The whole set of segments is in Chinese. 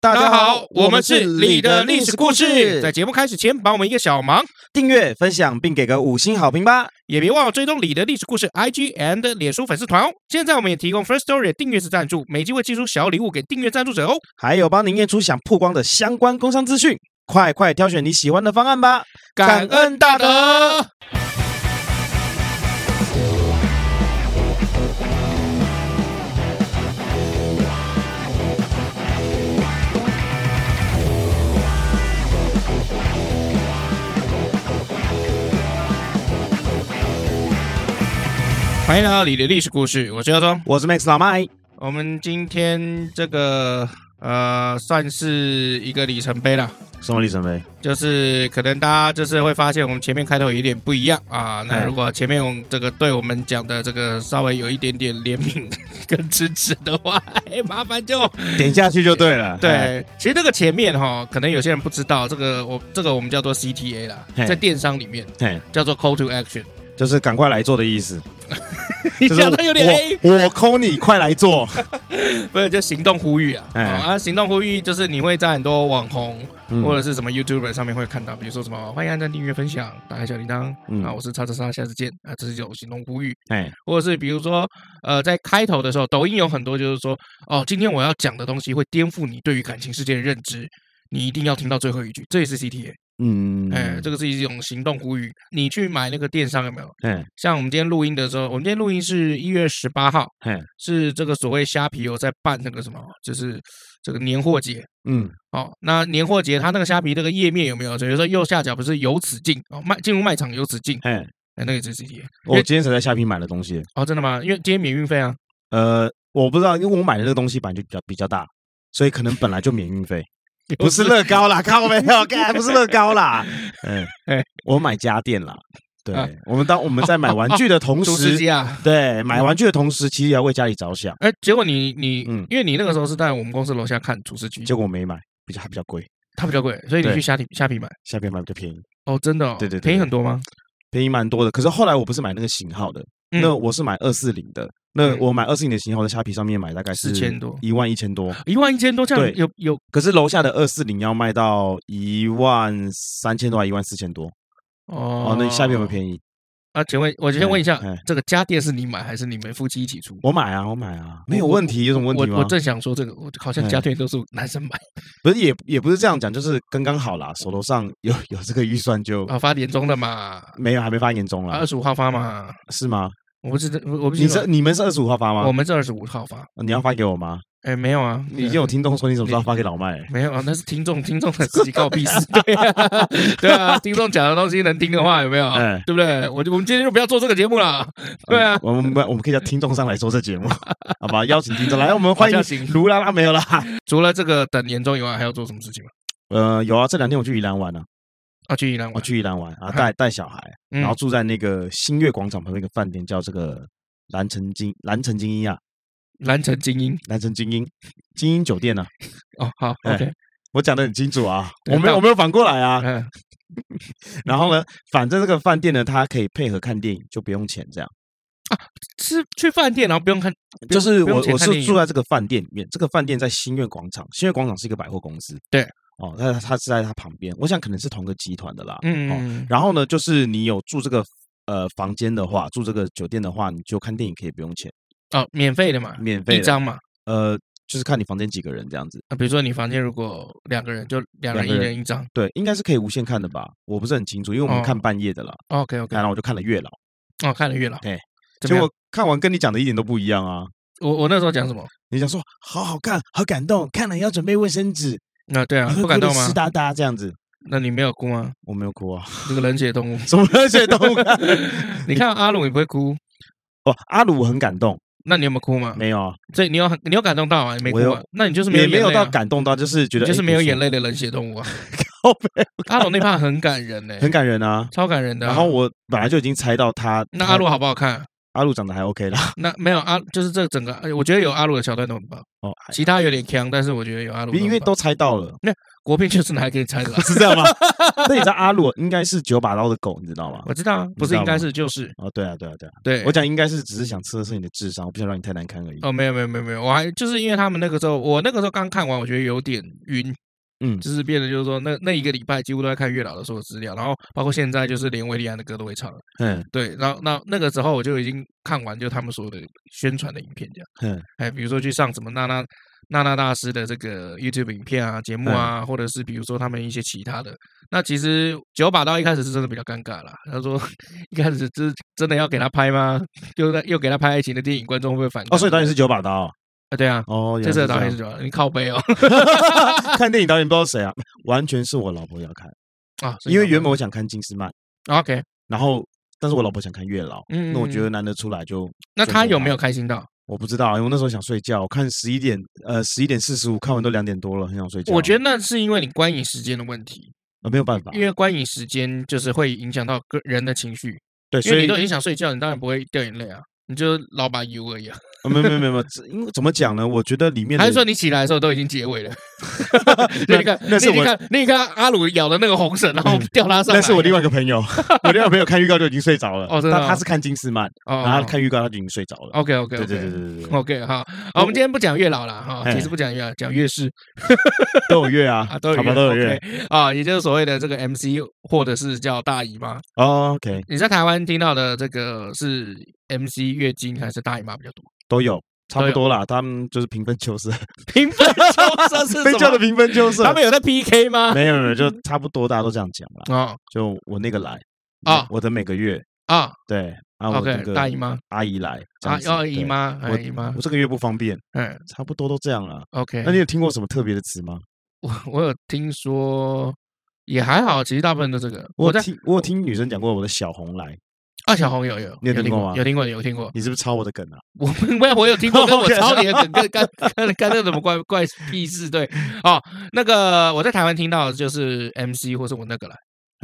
大大家家好好，，我我们们是是你你的的历历史史故故事。事在节目开始前，帮我们一个小忙，订阅、分享并给个五星好评吧。也别忘了追踪你的历史故事 IG and 脸书粉丝团哦。现在我们也提供 First Story 的订阅式赞助，每集会寄出小礼物给订阅赞助者哦。还有帮您验出想曝光的相关工商资讯，快快挑选你喜欢的方案吧。感恩大德。欢迎来到你的历史故事，我是姚忠。我是 Max 老麦，我们今天这个呃，算是一个里程碑了。什么里程碑？就是可能大家就是会发现我们前面开头有一点不一样啊。那嗯如果前面我们这个对我们讲的这个稍微有一点点怜悯跟支持的话， 哎，麻烦就点下去就对了。哎，对。其实这个前面哈，可能有些人不知道，这个我这个我们叫做 CTA 啦，嘿在电商里面嘿，叫做 Call to Action。就是赶快来做的意 思。你就是讲的有点黑，我我抠你，快来 做。不是就行动呼吁啊？哎啊，行动呼吁就是你会在很多网红嗯或者是什么 YouTuber 上面会看到，比如说什么欢迎按赞、订阅、分享、打开小铃铛。嗯啊，我是叉叉叉，下次见啊，这是一种行动呼吁，哎，或者是比如说，呃，在开头的时候，抖音有很多就是说，哦，今天我要讲的东西会颠覆你对于感情世界的认知，你一定要听到最后一句，这也是 CTA，嗯哎、这个是一种行动呼吁。你去买那个电商有没有？哎像我们今天录音的时候，我们今天录音是一月十八号，哎，是这个所谓虾皮有在办那个什么，就是这个年货节，嗯哦，那年货节它那个虾皮那个页面有没有？比如说右下角不是有此境哦，卖进入卖场有此境，哎，哎，那个就是 CTA。因我为今天才在虾皮买的东西。哦，真的吗？因为今天免运费啊。呃，我不知道，因为我买的那个东西本来就比较比较大，所以可能本来就免运 费。不是乐高啦，靠没有，干不是乐高 啦，嗯哎，我买家电啦。对啊，我们当我们在买玩具的 同厨师时，机啊。对，买玩具的同时，其实也要为家里着想。哎，结果你你，嗯因为你那个时候是在我们公司楼下看厨师机，结果我没买，比较还比较贵，它比较贵，所以你对去虾皮虾皮买。下边买比较便宜，哦，真的、哦，对对对便宜很多吗？便宜蛮多的。可是后来我不是买那个型号的，嗯那我是买二四零的。那嗯我买二四零的型号，在虾皮上面买大概是4000多一万一千多。一万一千多，这样对有有可是楼下的二四零要卖到一万三千多，还一万四千多。哦哦，那下面有没有宜便宜？啊？请问，我先问一下哎哎，这个家电是你买还是你们夫妻一起出？我买啊，我买啊，没有我我问题，有什么问我题吗？我正想说这个，我好像哎家电都是男生买不是也也不是这样讲，就是刚刚好啦，手头上有有这个预算就啊，发年终的嘛，没有还没发年终二了，十五号发嘛，是吗？我不知道，我不你清楚是，你们是二十五号发我吗？们是二十五号发，你要发给啊我吗？哎，没有啊，已经有听众说你怎么 知道发给老麦？ 没有啊，那是听众，听众的自己告屁事。 对啊，对啊，听众讲的东西能听的话，有没有？哎对不对？我就我们今天就不要做这个节目了。对啊嗯，我们我们可以叫听众上来做这节 目，好吧？邀请听众来，我 们欢迎好像行卢拉拉没有 啦。除了这个等年终以外，还要做什么事情吗？呃，有啊，这两天我去宜兰玩了，啊，去宜兰我玩。去宜兰玩啊，带带小孩，嗯然后住在那个新月广场旁边一个饭店，叫这个蓝城精蓝城精英啊，蓝城精英。蓝城精英精英酒店啊，哦，好哎，OK，我讲的很清楚啊，对我没有到我没有反过来啊， 嗯，然后呢，反正这个饭店呢，它可以配合看电影，就不用钱这样。是去饭店，然后不用看，不就用是不用我钱我看电是影住在这个饭店里面，这个饭店在新月广场，新月广场是一个百货公司。对，哦，那它是在它旁边，我想可能是同个集团的啦。嗯哦，嗯，然后呢，就是你有住这个呃房间的话，住这个酒店的话，你就看电影可以不用钱，哦，免费的嘛，免费一的。张嘛。呃，就是看你房间几个人这样子。啊，比如说你房间如果两个人，就两人两一个人人一张。对，应该是可以无限看的吧？我不是很清楚，因为我们哦看半夜的啦。 OK，OK，然后我就看了月老，哦，看了月老。对，怎结么样果？看完跟你讲的一点都不一样啊。我我那时候讲什么？你想说好好看，好感动，看了要准备卫生纸，那 对啊，你会不敢哭得动吗湿？哒哒这样子，那你没有哭吗？我没有哭啊， 这个冷血动物。啊什么热血动物？ 你看阿鲁，你不会哭？哦，阿鲁很感动，那你有没有哭吗？没有啊，所以你有很你有感动到啊？你没哭我有啊？那你就是没有也眼泪没啊、有到感动到，就是觉你得哎就是没有眼泪，泪的冷血动 物啊！靠背阿龙那趴很感人呢、很感人啊。超感人的啊、然后我本来就已经猜到他，那他阿鲁好不好看？ 阿鲁长得还 OK 啦，那没有阿，就是这 整个，哎我觉得有阿鲁的桥段都很棒，哦，其他有点强，但是我觉得有阿鲁的很棒，因为都猜到了，那国片就是拿来给你拆的啊、 是这样吗？那你知道阿鲁应该是九把刀的狗，你知道吗我？知道啊，不你知是道应该吗是就是哦，对啊，对啊，对啊，对。我讲应该是只是想测试你的智商，我不想让你太难堪而已。哦，没有没有没有没有，我还就是因为他们那个时候，我那个时候刚看完，我觉得有点晕，嗯，就是变得就是说那那一个礼拜几乎都在看月老的所有资料，然后包括现在就是连维利安的歌都会唱了，嗯对，然后那那个时候我就已经看完就他们所有的宣传的影片这样，嗯哎，比如说去上什么娜娜娜娜大师的这个 YouTube 影片啊、节嗯目啊，或者是比如说他们一些其他的。那其实九把刀一开始是真的比较尴尬啦，他说 一开始是真的要给他拍吗？又在又给他拍爱情的电影，观众会不会反感？哦，所以导演是九把刀啊，对啊，哦，原来这次是的导演样是九把刀，你靠背哦看电影导演不知道谁啊，完全是我老婆要看，啊，是因为你靠原本我想看金丝曼，背 OK，然后但是我老婆想看月老，嗯，那我觉得嗯，嗯难得出来就那他有没有？有开心到？我不知道，因为我那时候想睡觉，我看十一点，呃，十一点四十五看完都两点多了，很想睡觉。我觉得、得那是因为你观影时间的问题，没有办法因，为观影时间就是会影响到个人的情绪，对，因所为以你都已经想睡觉，你当然不会掉眼泪啊，你就老把油而已啊。呃没有没有没有，没有这因为怎么讲呢？我觉得里面的还是说你起来的时候都已经结尾了？对， 你看， 那是你我嗯看，你看阿鲁咬的那个红绳，然后吊他上那来。是我另外一个朋 友，我另外一个朋友看预告就已经睡着了。哦真的他哦他是看金丝曼，哦，然后他看预告他就已经睡着了。 OK OK 对 OK 对对对对对对， OK 好，好，我们今天不讲月老了哈，哎其实不讲月老，讲月事都有月啊 啊，，都有好吧，月都有 OK 月。啊，也就是所谓的这个 MC 或者是叫大姨妈。哦 OK，你在台湾听到的这个是 MC 月经还是大姨妈比较多？都有，差都不有多啦。他们就是平分 秋色，平分 秋色是被什叫的么？平分秋色。他们有在 PK 吗？没有没有， 就差不多，大家都这样讲啦。啊就我那个来啊我的每个月啊对啊，我这，OK，个大姨妈阿姨来这啊样，子要姨，妈，对哎姨妈我我，这个月不方便，嗯差不多都这样了。 ，OK 那。你有听过什么特别的词吗？我我有听说，也还好，其实大部分都这个。我我有在听我有听女生讲过我的小红来，啊，小红有有你有听听过吗有听过，有听过。你是不是抄我的梗啊？我没有，我有听过， 跟我 OK 抄你的梗，跟跟跟跟那怎么怪怪屁事？对，哦，那个我在台湾听到的就是 MC 或是我那个来，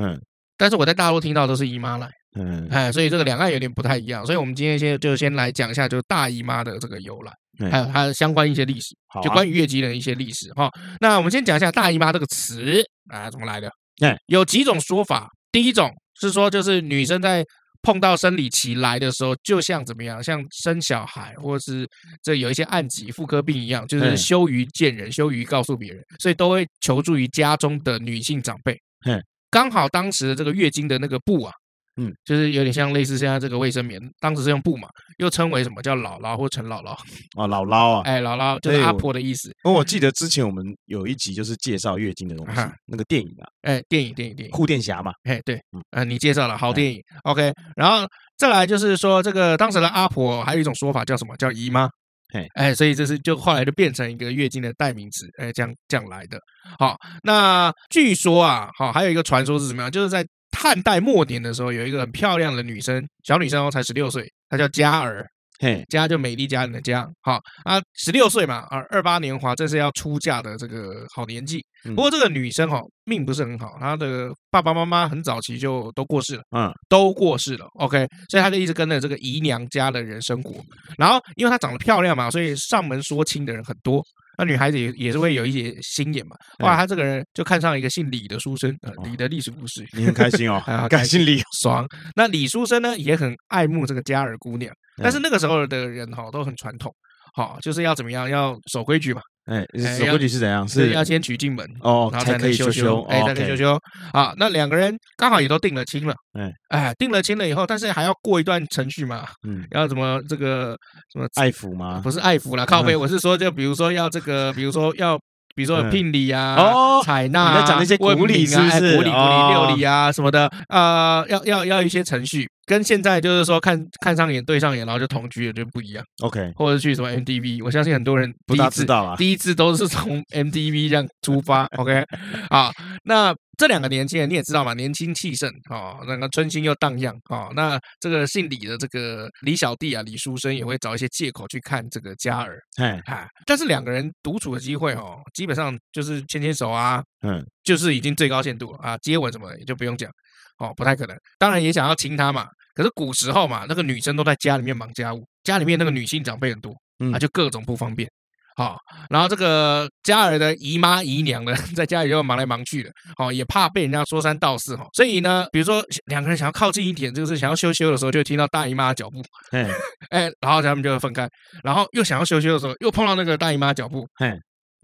嗯但是我在大陆听到都是姨妈来，嗯，哎，所以这个两岸有点不太一样。所以我们今天先就先来讲一下，就是大姨妈的这个由来，嗯还有它相关一些历史，好啊，就关于月经的一些历史哈、那我们先讲一下“大姨妈”这个词啊，怎么来的哎？有几种说法。第一种是说，就是女生在碰到生理期来的时候，就像怎么样，像生小孩或是这有一些暗疾、妇科病一样，就是嗯羞于见人、羞于告诉别人，所以都会求助于家中的女性长辈嗯。刚好当时的这个月经的那个布啊，嗯，就是有点像类似现在这个卫生棉，当时是用布嘛，又称为什么叫姥姥或陈姥姥，哦姥姥啊，哎，姥姥就是哎阿我婆的意思。因为我记得之前我们有一集就是介绍月经的东西啊，那个电影啊，哎，电影，电影，电影《护垫侠》嘛，哎，对嗯，呃，你介绍了好电影，OK，然后再来就是说，这个当时的阿婆还有一种说法叫什么？叫姨妈嘿。哎，所以这是就后来就变成一个月经的代名词，哎，这样这样来的。好，那据说啊，好，还有一个传说是什么样？就是在汉代末年的时候，有一个很漂亮的女生，小女生哦，才十六岁，她叫嘉儿，嘿，嘉就美丽佳人的嘉，好啊，十六岁嘛，啊，二八年华，这是要出嫁的这个好年纪。嗯不过这个女生哈、命不是很好，她的爸爸妈妈很早期就都过世了，嗯，都过世了，OK，所以她就一直跟着这个姨娘家的人生活。然后因为她长得漂亮嘛，所以上门说亲的人很多。那女孩子也也是会有一些心眼嘛，哇，嗯她这个人就看上一个姓李的书生，呃哦李的历史故事，你很开心 哦哎好，开感谢你。爽。那李书生呢，也很爱慕这个嘉儿姑娘，但是嗯那个时候的人哈、都很传统，好、就是要怎么样，要守规矩嘛，哎，哎守要规矩是怎样？是是要先娶进门，哦，然后才能可以哦羞羞羞，哎，才可以羞羞。羞啊。那两个人刚好也都定了亲了哎，哎，定了亲了以后，但是还要过一段程序嘛，嗯，要怎么这个什么爱抚吗？不是爱抚啦，靠背，我是说就比如说要这个，比如说要。比如说嗯聘礼啊，哦采纳、啊，你在讲那些问古礼名啊是不哎是古礼、古礼、哦六礼啊什么的，啊，要要要一些程序，跟现在就是说看看上眼、对上眼，然后就同居了，就不一样。 OK，或者去什么 MTV，我相信很多人不第一大知次道啊啦。第一次都是从 MTV 这样出发，OK 啊，那这两个年轻人你也知道嘛，年轻气盛哦，那个春心又荡漾哦，那这个姓李的这个李小弟啊，李书生也会找一些借口去看这个嘉儿，哎，哎，但是两个人独处的机会哦，基本上就是牵牵手啊，嗯，就是已经最高限度了啊，接吻什么的也就不用讲，哦，不太可能。当然也想要亲她嘛，可是古时候嘛，那个女生都在家里面忙家务，家里面那个女性长辈很多，嗯啊，就各种不方便。好、然后这个家儿的姨妈姨娘呢， 在家里又忙来忙去的，好、也怕被人家说三道四哈、所以呢，比如说两个人想要靠近一点，就是想要羞羞的时候，就听到大姨妈的脚步，嘿，哎，然后他们就会分开，然后又想要羞羞的时候，又碰到那个大姨妈脚步，嘿，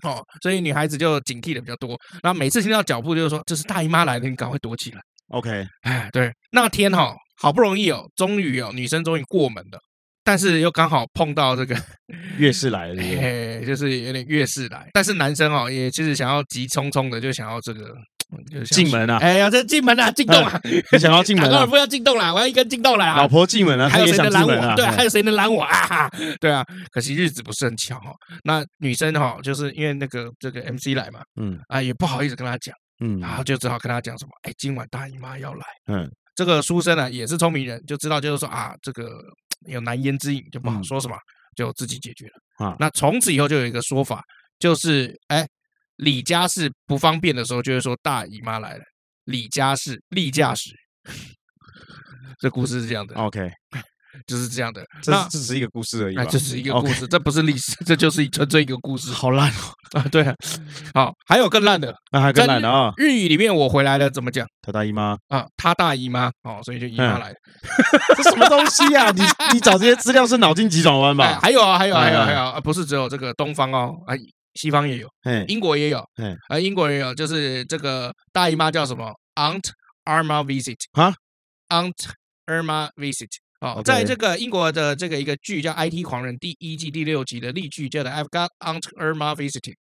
哦，所以女孩子就警惕的比较多，然后每次听到脚步就是说这是大姨妈来了，你赶快躲起来。 ，OK，哎，对，那天哈、好不容易哦，终于哦，女生终于过门了，但是又刚好碰到这个，月事来哎了，对不对嘿，就是有点月事来，但是男生哦，也就是想要急匆匆的就想要这个就想进门啊，哎呀，这进门啊，进洞啊，你想要进门打高啊尔，夫要进洞啦，我要一根进洞啦，老婆进门啊，他还有也谁想能拦进门我？啊，对，还嘿有谁能拦我啊？对啊，可惜日子不是很巧哦。那女生哈、就是因为那个这个 MC 来嘛，嗯啊，也不好意思跟他讲，嗯然后就只好跟他讲什么，哎，今晚大姨妈要来。嗯，这个书生呢、啊也是聪明人，就知道就是说啊，这个有难言之隐，就不好嗯说什么，就自己解决了。啊那从此以后就有一个说法，就是哎，李家氏不方便的时候，就会说大姨妈来了，李家氏例嗯假时。 这故事是这样的， ，OK，就是这样的。这那是这只是一个故事而已吧哎，，这是一个 OK 故事，这不是历史，这就是纯粹一个故事好烂哦， 啊。对啊，好，还有更烂的，那还更烂了啊，日语里面我回来了怎么讲他大姨妈，啊？她大姨妈哦，所以就姨妈嗯来了。 这什么东西啊？你你找这些资料是脑筋急转弯哎，吧？还有啊，还有啊还有啊嗯还有啊，不是只有这个东方哦，啊，西方也有，嘿，英国也有嗯，啊，英国也有，就是这个大姨妈叫什么？Aunt Irma visit 啊，Aunt Irma visit。哦， OK 在这个英国的这个一个剧叫《IT 狂人》第一季第六集的例剧叫做 I've got Aunt Irma visiting，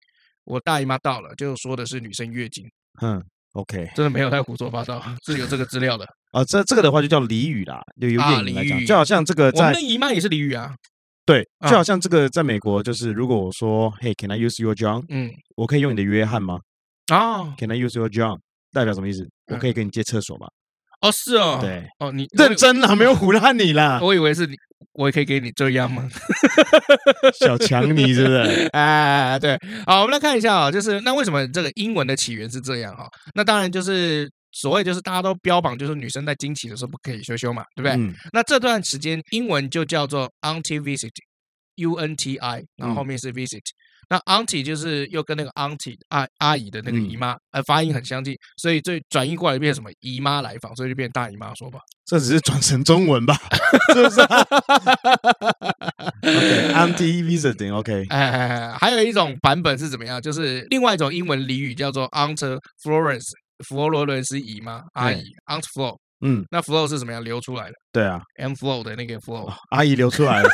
我大姨妈到了，就说的是女生月经，嗯，OK，真的没有在胡说八道，是有这个资料的。啊，这这个的话就叫俚语啦，就由啊谚语来俚讲，语就好像这个我们呃在的姨妈也是俚语啊，对，啊就好像这个在美国，就是如果我说 Hey，can I use your John？嗯，我可以用你的约翰吗哦？Can I use your John？代表什么意思？我可以跟你借厕所吗？哦是嗯哦，对，哦你认真啊啦，没有唬烂你啦，我以为是你，我也可以给你这样吗？小强你是不是？ 哎，对，好，我们来看一下啊、就是那为什么这个英文的起源是这样啊、那当然就是所谓就是大家都标榜就是女生在经期的时候不可以羞羞嘛， 对不对？嗯那这段时间英文就叫做 auntie visit，U N T I，然后后面是 visit。那 auntie 就是又跟那个 auntie 阿阿姨的那个嗯姨妈，呃，发音很相近，所以最转译过来变什么姨妈来访，所以就变大姨妈 说法。 这只是转成中文吧？是不是？OK，anti visiting，OK，哎，还有一种版本是怎么样？就是另外一种英文俚语叫做 Aunt Florence，佛罗伦斯姨妈阿姨 Aunt Flo。嗯，那 Flo 是什么样流出来的对啊， ？M Flo 的那个 Flo，阿姨流出来了，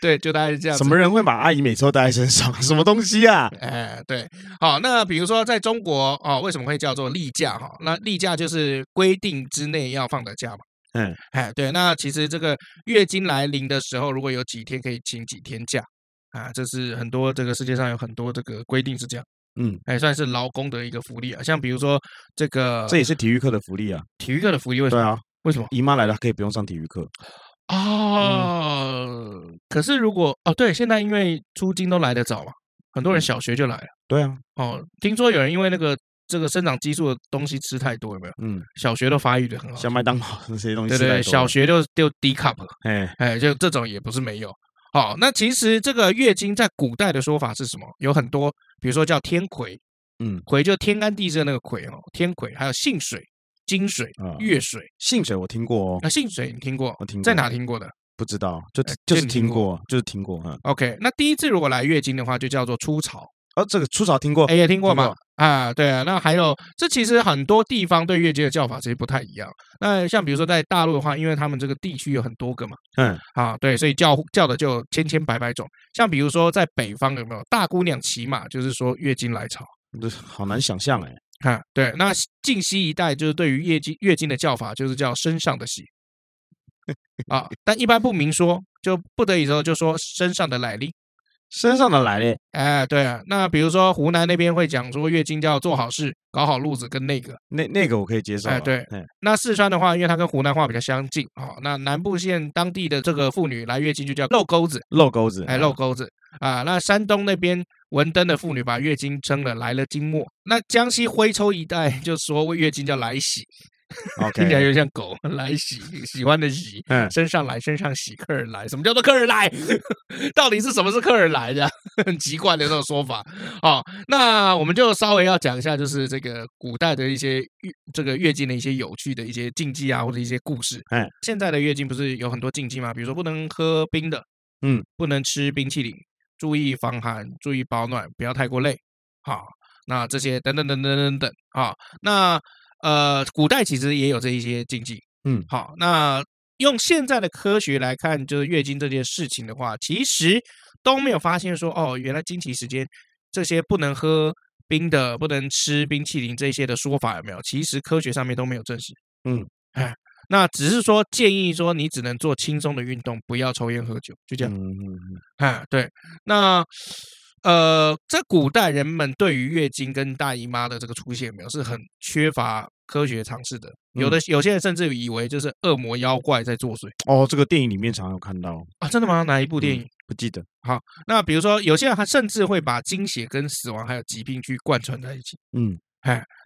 对，就大概是这样子。什么人会把阿姨每次都带在身上？什么东西啊？哎，对，好，那比如说在中国哦，为什么会叫做例假哈？那例假就是规定之内要放的假嘛。嗯，哎，对，那其实这个月经来临的时候，如果有几天可以请几天假啊，这是很多这个世界上有很多这个规定是这样。嗯，哎，算是劳工的一个福利啊。像比如说这个这也是体育课的福利啊。体育课的福利，为什对么？啊，为什么？姨妈来了可以不用上体育课。哦，嗯可是如果哦，对，现在因为出金都来得早嘛，嗯很多人小学就来了。对啊，哦，听说有人因为那个这个生长激素的东西吃太多，有没有？嗯，小学都发育的很好像。麦当劳这 些东西对吃太多对，了，小学就就低 cup，哎，哎，就这种也不是没有。好，那其实这个月经在古代的说法是什么？有很多，比如说叫天癸，嗯癸就天干地支的那个癸哦，天癸，还有性水、金水、啊，月水。性水我听过哦那，性水你听过？我听在过哪听过的不知道，就哎就这是你听听过，就是听过，嗯， ？OK，那第一次如果来月经的话，就叫做初潮。哦，这个初潮听过哎，，也听过听吗过？啊，对啊。那还有，这其实很多地方对月经的叫法其实不太一样。那像比如说在大陆的话，因为他们这个地区有很多个嘛，嗯，啊，对，所以叫叫的就有千千百百种。像比如说在北方有没有大姑娘骑马，就是说月经来潮。这好难想象哎，啊，对，那近西一带就是对于月经月经的叫法，就是叫身上的血啊，但一般不明说，就不得已的时候就说身上的来历。身上的来嘞，哎，对啊，那比如说湖南那边会讲说月经叫做好事、搞好路子跟那个。那那个我可以接受哎啊，对哎，那四川的话，因为它跟湖南话比较相近啊、那南部县当地的这个妇女来月经就叫漏钩子，露钩子，哎，漏钩子啊。那山东那边文登的妇女把月经称了来了经末，那江西徽州一带就说月经叫来喜， ，OK，听起来有点像狗， 来喜喜欢的喜，嗯身上来身上喜，客人来，什么叫做客人来？ 到底是什么是客人来的？ 很奇怪的这种说法。哦，那我们就稍微要讲一下，就是这个古代的一些月这个月经的一些有趣的一些禁忌啊，或者一些故事。哎，现在的月经不是有很多禁忌吗？比如说不能喝冰的，嗯，不能吃冰淇淋，注意防寒，注意保暖，不要太过累。好，那这些等等等等等等啊，那呃，古代其实也有这一些禁忌，嗯好，那用现在的科学来看，就是月经这件事情的话，其实都没有发现说，哦，原来经期时间这些不能喝冰的、不能吃冰淇淋这些的说法有没有？其实科学上面都没有证实，嗯，哎，那只是说建议说你只能做轻松的运动，不要抽烟喝酒，就这样。嗯，哎，对，那呃，在古代人们对于月经跟大姨妈的这个出现，没有是很缺乏科学常识的。有的有些人甚至以为就是恶魔妖怪在作祟哦，这个电影里面常有看到，啊！真的吗？哪一部电影？不记得，那比如说，有些人他甚至会把经血跟死亡还有疾病去贯穿在一起，嗯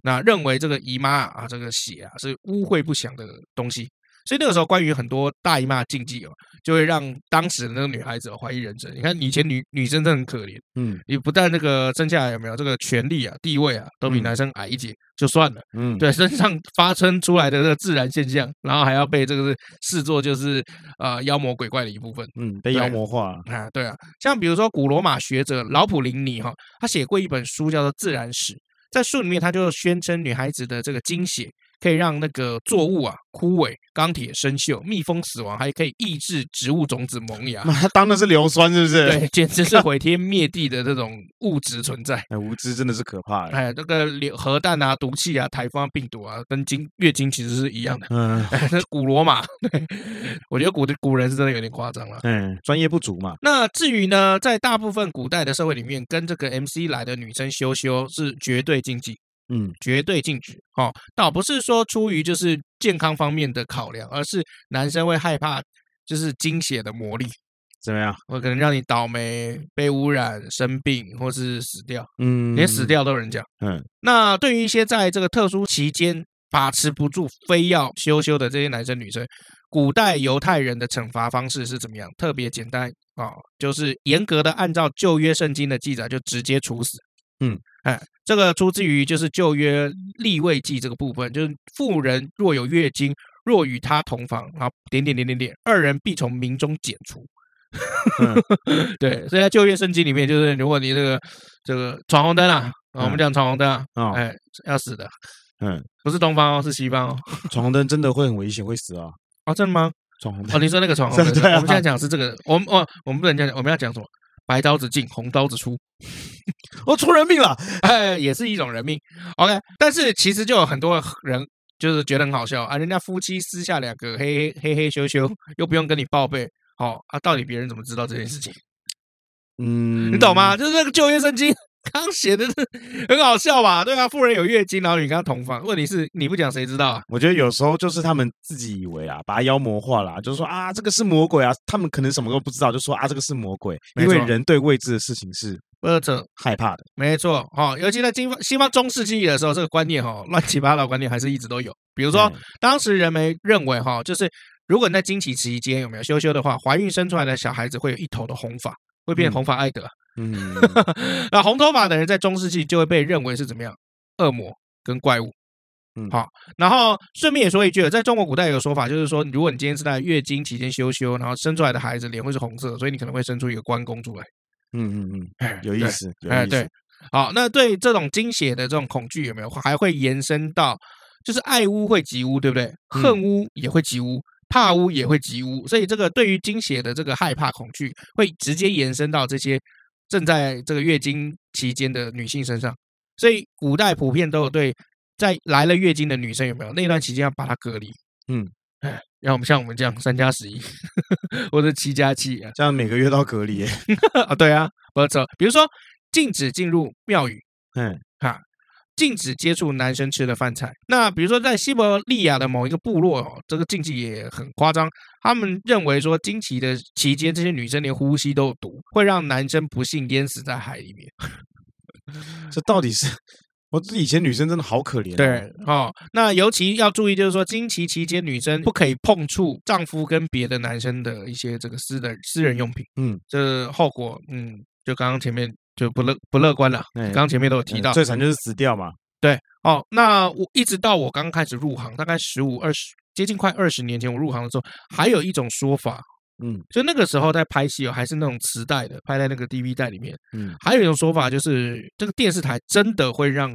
那认为这个姨妈啊，啊这个血啊是污秽不祥的东西。所以那个时候，关于很多大姨妈的禁忌哦，就会让当时的那个女孩子哦怀疑人生。你看以前女女生真的很可怜。嗯你不但那个生下来有没有这个权利啊、地位啊，都比嗯男生矮一截、就算了，嗯，对身上发生出来的这个自然现象，然后还要被这个视作就是呃妖魔鬼怪的一部分嗯，被对妖魔化了， 啊，对啊，像比如说古罗马学者老普林尼哈、他写过一本书叫做《自然史》，在书里面他就宣称女孩子的这个经血可以让那个作物啊枯萎、钢铁生锈、蜜蜂死亡，还可以抑制植物种子 萌芽。妈，他当的是硫酸是不是？对，简直 是毁天灭地的这种物质存在。哎，无知真的是可怕欸，哎，这个流核弹啊、毒气啊、台风啊、病毒啊，跟经月经其实是一样的。嗯哎，那古罗马，对，我觉得古的古人是真的有点夸张了。嗯，专业不足嘛，那至于呢，在大部分古代的社会里面，跟这个 MC 来的女生羞羞是绝对禁忌，嗯绝对禁止哦。倒不是说出于就是健康方面的考量，而是男生会害怕就是经血的魔力，怎么样？会可能让你倒霉、被污染、生病或是死掉。嗯，连死，掉都有人讲。嗯，那对于一些在这个特殊期间把持不住、非要羞羞的这些男生女生，古代犹太人的惩罚方式是怎么样？特别简单啊、就是严格的按照旧约圣经的记载，就直接处死。嗯，哎，这个出自于就是旧约立位记这个部分，就是妇人若有月经，若与他同房，然后点点点点点，二人必从民中剪除。嗯 对，所以在旧约圣经里面，就是如果你这个这个闯红灯啊，啊我们嗯讲闯红灯啊，哦，哎，要死的，嗯，不是东方哦，是西方哦。闯红灯真的会很危险，会死啊，哦，真的吗？闯红哦， 灯，你说那 个闯红灯，对啊我们现在讲的是这个，我们哦，我们不能这样讲，我们要讲什么？白刀子进，红刀子出， 我出人命了，哎，也是一种人命。OK，但是其实就有很多人就是觉得很好笑啊，人家夫妻私下两个黑黑黑黑羞羞，又不用跟你报备，哦啊，到底别人怎么知道这件事情？嗯，你懂吗？？就是那个旧约圣经刚写的是 很好笑吧？对啊，富人有月经，然后你跟他同房，问题是你不讲谁知道啊？我觉得有时候就是他们自己以为啊，把它妖魔化啦，就是说啊，这个是魔鬼啊，他们可能什么都不知道，就说啊，这个是魔鬼，没因为错人对未知的事情是二者害怕的。没错，哦，尤其在西方西方中世纪的时候，这个观念哦，乱七八糟的观念还是一直都有。比如说，嗯当时人们认为哈、就是如果你在经期期间有没有羞羞的话，怀孕生出来的小孩子会有一头的红发，会变嗯红发艾德。 嗯，那红头发的人在中世纪就会被认为是怎么样？恶魔跟怪物。嗯好，然后顺便也说一句，在中国古代有个说法，就是说，如果你今天是在月经期间羞羞，然后生出来的孩子脸会是红色的，所以你可能会生出一个关公出来。嗯嗯哎嗯，有意对思，有哎，意对思。，好，那对这种惊血的这种恐惧有没有，还会延伸到就是爱屋会及乌，对不对？嗯恨屋也会及乌，怕屋也会及乌，所以这个对于惊血的这个害怕恐惧，会直接延伸到这些正在这个月经期间的女性身上。所以古代普遍都有对在来了月经的女生有没有那段期间要把她隔离，嗯哎，让我们像我们这样三加十一 或者七加七啊，这样每个月都要隔离耶， 啊，对啊，不错。比如说，禁止进入庙宇，嗯哈，禁止接触男生吃的饭菜。那比如说，在西伯利亚的某一个部落哦，这个禁忌也很夸张。他们认为说，经期的期间，这些女生连呼吸都有毒，会让男生不幸淹死在海里面。这到底是我这以前女生真的好可怜、对，，哦，那尤其要注意，就是说经期期间，女生不可以碰触丈夫跟别的男生的一些这个私人私人用品，嗯，这后果，嗯，就刚刚前面就不乐不乐观了，哎刚刚前面都有提嗯到，最惨就是死掉嘛。哦，那我一直到我刚开始入行，大概十五二十，接近快二十年前，我入行的时候，还有一种说法，嗯就那个时候在拍戏哦，还是那种磁带的，拍在那个 DV 带里面。嗯，还有一种说法就是，这个电视台真的会让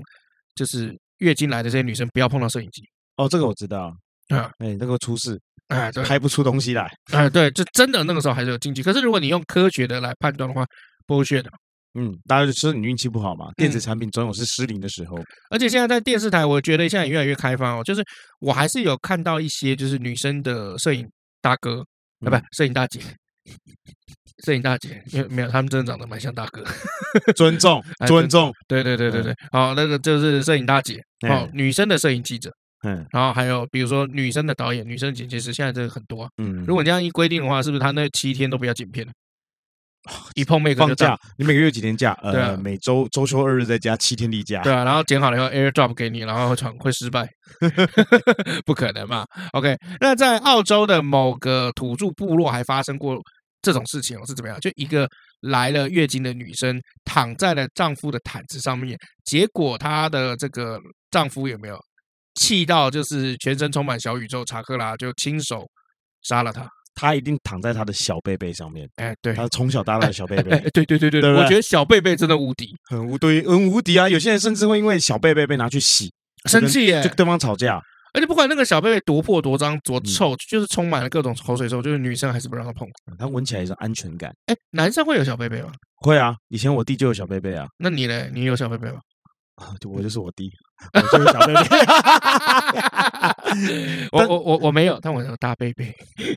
就是月经来的这些女生不要碰到摄影机。哦，这个我知道。啊，哎，那个出事，哎，嗯对，拍不出东西来。哎，对，这真的那个时候还是有禁忌。可是如果你用科学的来判断的话，bullshit 的。嗯，大家就说你运气不好嘛，嗯电子产品总有是失灵的时候。而且现在在电视台，我觉得现在也越来越开放哦。就是我还是有看到一些就是女生的摄影大哥，啊，不嗯，摄影大姐，摄影大姐，因为没有，他们真的 长得蛮像大哥。尊重 哎，尊重。对对嗯对对对，好，那个就是摄影大姐，哦哎，女生的摄影记者，嗯然后还有比如说女生的导演、女生剪接师，现在这个很多啊。嗯，如果你这样一规定的话，是不是他那七天都不要剪片了？一碰妹哦哥放就炸假，，你每个月有几天假？对呃啊，每周周休二日在家，七天例假。对啊，然后剪好了以后 AirDrop 给你，然后会传会失 败，不可能嘛？OK，那在澳洲的某个土著部落还发生过这种事情、哦，是怎么样？就一个来了月经的女生躺在了丈夫的毯子上面，结果她的这个丈夫有没有气到就是全身充满小宇宙查克拉，就亲手杀了她？他一定躺在他的小贝贝上面，哎，对。他从小到大的小贝哎贝， 对对对对，对不我对觉得小贝贝真的无敌，很无对，很无敌啊！有些人甚至会因为小贝贝被拿去洗，生气耶！就跟对方吵架。而且不管那个小贝贝多破多脏嗯多臭，就是充满了各种口水臭，就是女生还是不让他碰。嗯他闻起来也是安全感。哎，男生会有小贝贝吗？会啊，以前我弟就有小贝贝啊， 那你嘞？你有小贝贝吗？ 啊就我就是我弟， 我就有小贝 贝。我我我我没有，但我有大贝贝，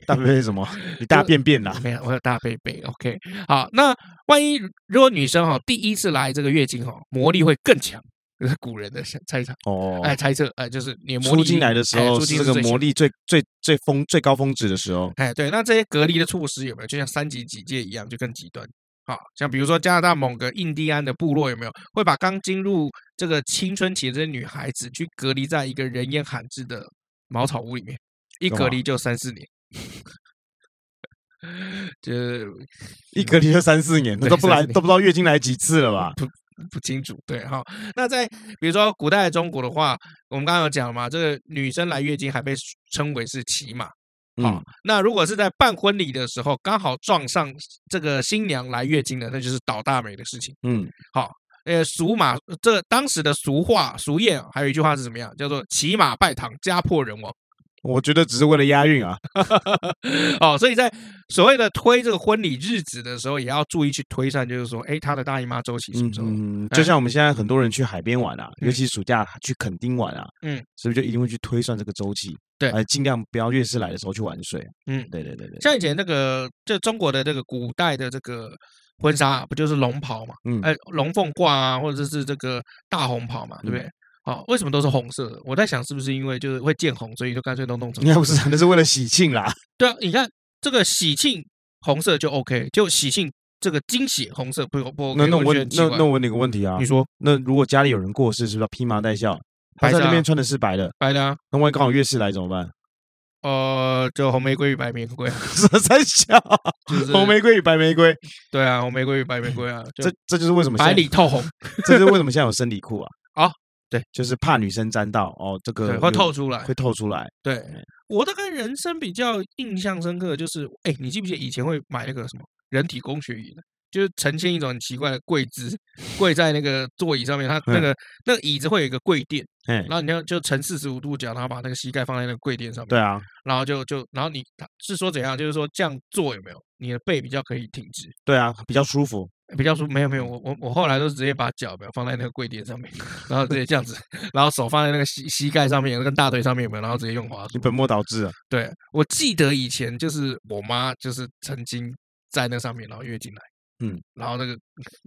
大贝贝是什么？你大便便啦。没有，我有大贝贝。OK，好，那万一如果女生哈、第一次来这个月经哈、魔力会更强， 这是古人的猜猜想，哦，哎，猜测，哎，就是你的魔力出进来的时哎候出是进这个最强魔力最最最峰最高峰值的时候。哎，对，那这些隔离的措施有没有就像三级警戒一样，就更极端？好像比如说加拿大某个印第安的部落有没有会把刚进入这个青春期的这些女孩子去隔离在一个人烟罕至的茅草屋里面，一干隔嘛离就三四年， 这一隔离就三四年，对那都不来三四年都不知道月经来几次了吧？不清楚。对哈，那在比如说古代的中国的话，我们刚刚有讲嘛，这个女生来月经还被称为是骑马，嗯，那如果是在办婚礼的时候，刚好撞上这个新娘来月经了，那就是倒大霉的事情。嗯，呃，俗马这当时的俗话俗谚啊，还有一句话是怎么样？叫做“骑马拜堂，家破人亡 我觉得只是为了押韵啊。”。哦，所以在所谓的推这个婚礼日子的时候，也要注意去推算，就是说，哎，他的大姨妈周期什么时候？嗯，嗯哎就像我们现在很多人去海边玩啊，嗯尤其暑假去垦丁玩啊，嗯，是不是就一定会去推算这个周期？对哎，尽量不要月事来的时候去玩水。嗯对对对对，像以前那个，就中国的这个古代的这个婚纱、啊，不就是龙袍嘛？嗯哎，龙凤褂啊，或者是这个大红袍嘛，对不对？嗯好、为什么都是红色的？我在想，是不是因为就是会见红，所以就干脆都弄成应该不是，啊那是为了喜庆啦。对啊，你看这个喜庆红色就 OK，就喜庆这个惊喜红色不不 OK，那那我我问觉得很奇那怪那我问你个问题啊你，说那如果家里有人过世，是不是要披麻戴孝？他白在的那啊边穿的是白的，白的啊，那万一刚好月事来怎么办？呃，就红玫瑰与白玫瑰啊，什么三小？ 就是红玫瑰与白玫瑰，对啊，红玫瑰与白玫瑰 啊，就这这就是为什么现白在里透红，这就是为什么现在有生理裤啊。 哦对，就是怕女生沾到哦，这个对，会有透出来。会透出来。对，我大概人生比较印象深刻的就是，哎，你记不记得以前会买那个什么人体工学椅呢？就是呈嗯现一种很奇怪的跪姿，跪在那个座椅上面，它那嗯个那个椅子会有一个跪垫，哎然，后你要就呈四十五度角，然后把那个膝盖放在那个跪垫上面。对啊，然后就就然后你他是说怎样？就是说这样做有没有？你的背比较可以挺直，对啊，比较舒服。比较说没有没有，嗯我我我后来都是直接把脚有没有放在那个跪垫上面，然后直接这样子，然后手放在那个膝膝盖上面跟大腿上面有没有？然后直接用滑你鼠。本末倒置啊！对我记得以前就是我妈就是曾经在那上面然后月经来，嗯，然后那个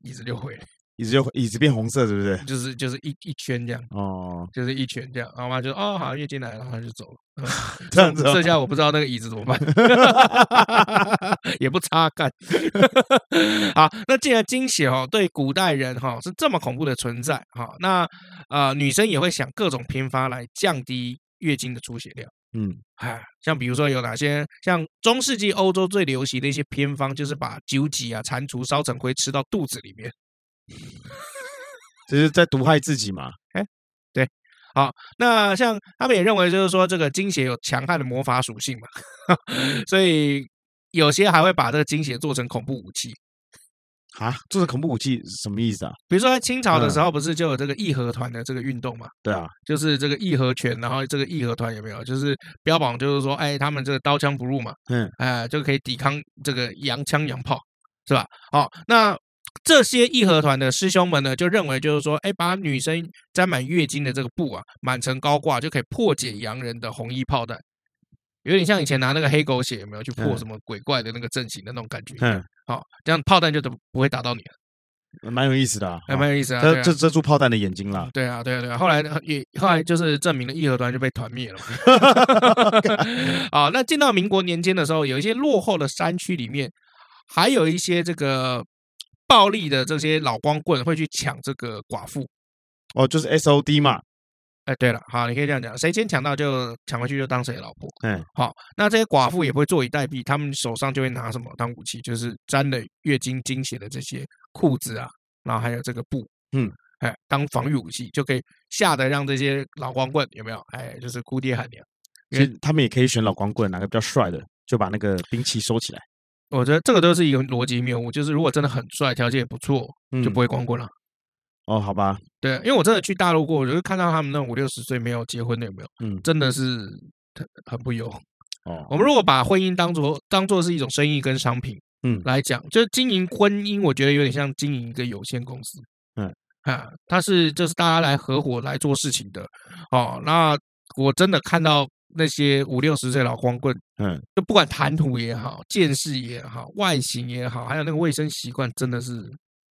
椅子就毁了，椅子就椅子变红色，是不是？就是就是一一圈这样，哦，就是一圈这样，然后妈就哦好月经来了，然后就走了。这样子哦剩下我不知道那个椅子 怎么办，也不擦干。 好，那既然经血哦，对古代人哈、是这么恐怖的存在哈、那呃女生也会想各种偏方来降低月经的出血量。嗯，哎，像比如说有哪些，像中世纪欧洲最流行的一些偏方，就是把酒脊啊、蟾蜍烧成灰吃到肚子里面。就是在毒害自己嘛。那像他们也认为，就是说这个精血有强悍的魔法属性嘛， 所以有些还会把这个精血做成恐怖武器。啊，做成恐怖武器是什么意思啊？比如说在清朝的时候，不是就有这个义和团的这个运动嘛？对啊，就是这个义和拳，然后这个义和团有没有？就是标榜就是说，哎，他们这个刀枪不入嘛，嗯，哎，就可以抵抗这个洋枪洋炮，是吧？好，那这些义和团的师兄们呢，就认为就是说，哎，把女生沾满月经的这个布啊，满城高挂，就可以破解洋人的红衣炮弹，有点像以前拿那个黑狗血有没有去破嗯什么鬼怪的那个阵型的那种感觉。嗯，好，这样炮弹就都不会打到你了，蛮有意思的啊。还蛮有意思啊。对遮啊遮遮住炮弹的眼睛 啦。 对啊，对啊，对啊。后来呢也后来就是证明了义和团就被团灭了嘛。 啊，那进到民国年间的时候，有一些落后的山区里面，还有一些这个暴力的这些老光棍会去抢这个寡妇。哦，就是 S O D 嘛。哎，对了，好，你可以这样讲，谁先抢到就抢回去就当谁的老婆。嗯，好，那这些寡妇也不会坐以待毙，他们手上就会拿什么当武器，就是沾了月经经血的这些裤子啊，然后还有这个布，嗯，哎，当防御武器，就可以吓得让这些老光棍有没有？哎，就是哭爹喊娘。其实他们也可以选老光棍，哪啊个比较帅的，就把那个兵器收起来。我觉得这个都是一个逻辑谬误，就是如果真的很帅，条件也不错，嗯就不会光棍了。哦，好吧，对，啊因为我真的去大陆过，我就看到他们那种五六十岁没有结婚的有没有？嗯真的是很很不优。我哦，们如果把婚姻当做当做是一种生意跟商品，嗯来讲，就是经营婚姻，我觉得有点像经营一个有限公司，嗯啊，它是就是大家来合伙来做事情的，哦，那我真的看到那些五六十岁老光棍，嗯，就不管谈吐也好，见识也好，外形也好，还有那个卫生习惯，真的是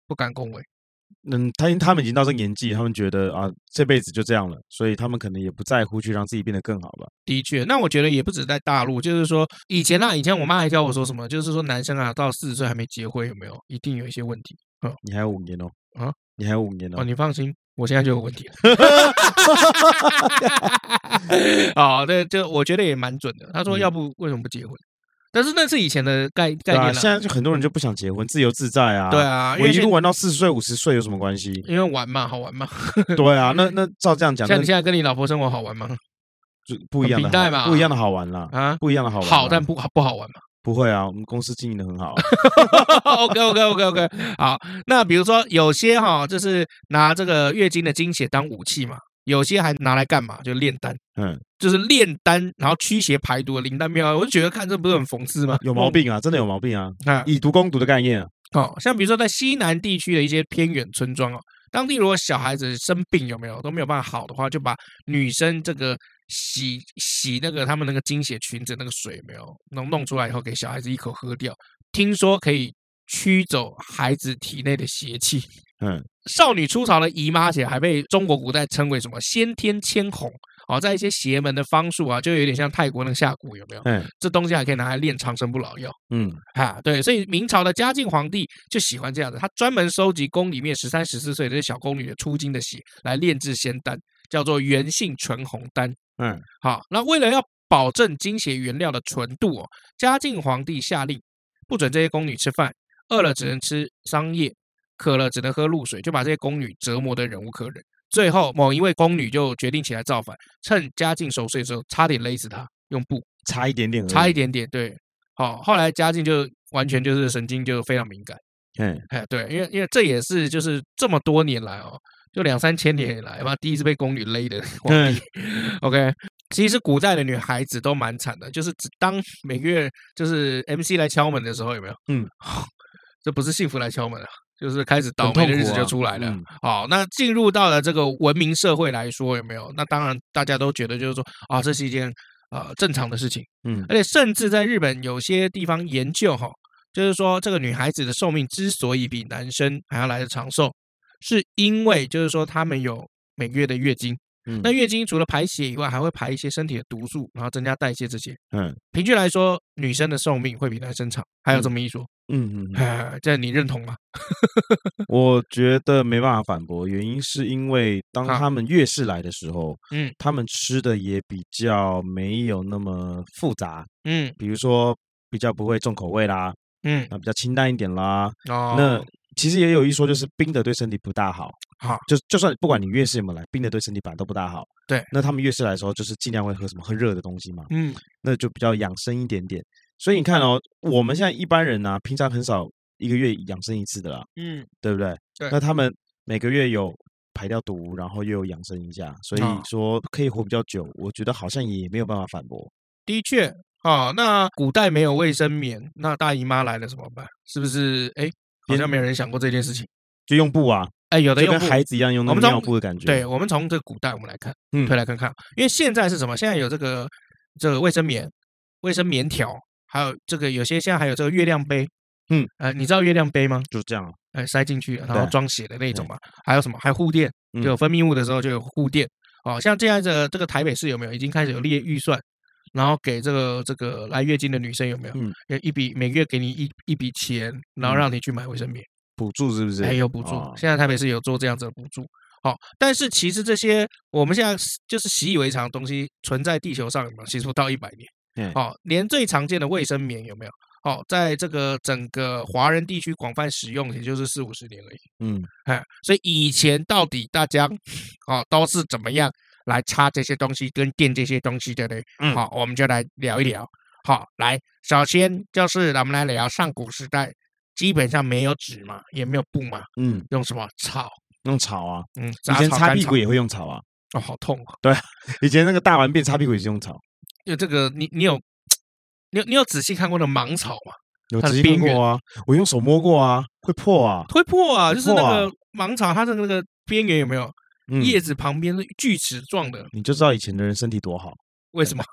不敢恭维。嗯，他他们已经到这个年纪，他们觉得啊，这辈子就这样了，所以他们可能也不在乎去让自己变得更好吧。的确，那我觉得也不止在大陆，就是说以前啊，以前我妈还教我说什么，就是说男生啊到四十岁还没结婚，有没有一定有一些问题？你还有五年哦，啊，你还有五年哦，哦，你放心，我现在就有问题了。 哦，对，就我觉得也蛮准的。他说，嗯要不为什么不结婚？但是那是以前的概概对啊，念现了。嗯在就很多人就不想结婚，自由自在啊。对，啊，因我为一现路玩到四十岁、五十岁有什么关 系？因为玩嘛，好玩嘛。对啊，那那照这样讲，那像你现在跟你老婆生活好玩吗？就不一样的很平淡好嘛不一样的好玩 啦，啊，不一样的好玩啦。好，但不好不好玩嘛。不会啊，我们公司经营的很好啊。 OK OK OK OK，好。 那比如说有些哈、就是拿这个月经的经血当武器嘛，有些还拿来干嘛？就炼丹。嗯，就是炼丹，然后驱邪排毒的灵丹妙药，我就觉得看这不是很讽刺吗？有毛病啊，真的有毛 病啊！啊！以毒攻毒的概念啊，哦，像比如说在西南地区的一些偏远村庄哦，当地如果小孩子生病有没有都没有办法好的话，就把女生这个洗洗那个他们那个经血裙子那个水有没有弄弄出来以后，给小孩子一口喝掉，听说可以驱走孩子体内的邪气。嗯， 少女出潮的姨妈血还被中国古代称为什么先天牵红哦，在一些邪门的方术啊，就有点像泰国那个下蛊有没有？ 嗯这东西还可以拿来炼长生不老药。嗯，啊，对，所以明朝的嘉靖皇帝就喜欢这样的，他专门收集宫里面十三、十四岁的这些小宫女的出经的血来炼制仙丹，叫做原性纯红丹。嗯，好，那为了要保证经血原料的纯度哦，嘉靖皇帝下令不准这些宫女吃饭，饿了只能吃桑叶，渴了只能喝露水，就把这些宫女折磨得忍无可忍。最后，某一位宫女就决定起来造反，趁嘉靖熟睡之后，差点勒死他，用布。差一点点而已，差一点点，对。好、后来嘉靖就完全就是神经就非常敏感，嗯，哎，对，因为因为这也是就是这么多年来哦，就两三千年以来嘛，第一次被宫女勒的皇帝。OK，其嗯 实古代的女孩子都蛮惨的，就是只当每个月就是 MC 来敲门的时候，有没有？嗯， 这不是幸福来敲门啊，就是开始很倒霉痛的日苦子啊就出来了。嗯好，那进入到了这个文明社会来说，有没有？那当然，大家都觉得就是说啊，这是一件呃正常的事情。嗯而且甚至在日本有些地方研究哈，就是说这个女孩子的寿命之所以比男生还要来的长寿，是因为就是说他们有每月的月经，嗯 那月经除了排血以外，还会排一些身体的毒素，然后增加代谢这些。嗯平均来说，女生的寿命会比男生长，还有这么一说，嗯嗯，哎， 这你认同吗？我觉得没办法反驳，原因是因为当啊他们月事来的时候，嗯他们吃的也比较没有那么复杂，嗯比如说比较不会重口味啦，嗯，啊，比较清淡一点啦。哦，那其实也有一说，就是冰的对身体不大好。好，就就算不管你月事有没有来，冰的对身体本来都不大好。对那他们月事来的时候，就是尽量会喝什么喝热的东西嘛，嗯那就比较养生一点点。所以你看哦，我们现在一般人呢、平常很少一个月养生一次的啦，嗯对不对？对那他们每个月有排掉毒，然后又有养生一下，所以啊说可以活比较久。我觉得好像也没有办法反驳。的确啊、那古代没有卫生棉，那大姨妈来了怎么办？是不是？哎，好像没有人想过这件事情。就用布啊，哎，有的就用跟布孩子一样用那我个们从尿布的感觉。对，我们从这古代我们来看，嗯推来看看，因为现在是什么？现在有这个这个卫生棉、卫生棉条，还有这个有些现在还有这个月亮杯。嗯，呃，你知道月亮杯吗？就这样啊。哎，塞进去，然后对装血的那种对嘛。还有什么？还有护垫，就嗯有分泌物的时候就有护垫。哦，像这样的这个台北市有没有已经开始有列预算，然后给这个这个来月经的女生有没有？嗯，有一笔每月给你一一笔钱，然后嗯让你去买卫生棉。补助是不是？还有补助，哦现在台北市有做这样子的补助。好，但是其实这些我们现在是就是习以为常的东西，存在地球上有没有？其实不到一百年嗯。哦，连最常见的卫生棉有没有？哦，在这个整个华人地区广泛使用，也就是四五十年而已。嗯，哎，所以以前到底大家哦都是怎么样来擦这些东西跟垫这些东西的呢？嗯好，我们就来聊一聊。好，来，首先就是咱们来聊上古时代，基本上没有纸嘛，也没有布嘛，嗯，用什么草？用草啊，嗯，以杂前草擦干屁草股也会用草啊，哦，好痛啊！以前那个大完便擦屁股也是用草，因为这个，你你有你有你有仔细看过那芒草吗？有它的仔细看边缘过啊，我用手摸过啊，会破啊，会破啊，就是破那啊个芒草，它的那个边缘有没有嗯，叶子旁边是锯齿状的？你就知道以前的人身体多好，为什么？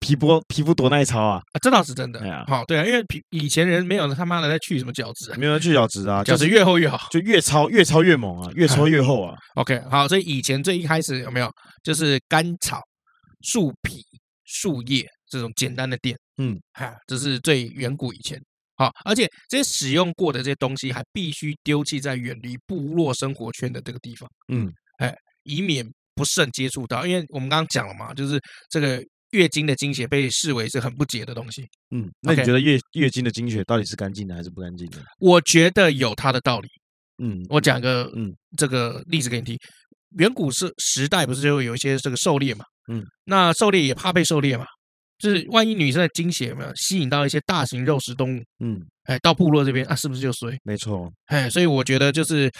皮肤皮肤多耐操啊，啊，这倒是真的哎呀。好、对啊，因为比以前人没有他妈的在去什么角质啊，没有人去角质啊，角就质是越厚越好。就越操越操越猛啊， 越操越厚啊， OK，好，所以以前最一开始有没有就是甘草、树皮、树叶这种简单的垫？嗯，哈，这是最远古以前。好，而且这些使用过的这些东西还必须丢弃在远离部落生活圈的这个地方，嗯，哎，以免不慎接触到。因为我们刚刚讲了嘛，就是这个月经的经血被视为是很不洁的东西，嗯，那你 OK 觉得月月经的经血到底是干净的还是不干净的？我觉得有它的道理。嗯，我讲个嗯嗯这个例子给你听。远古是时代，不是就有一些这个狩猎嘛？嗯，那狩猎也怕被狩猎嘛，就是万一女生的精血有没有吸引到一些大型肉食动物，嗯，哎，到部落这边啊，是不是就衰？没错，哎，所以我觉得就是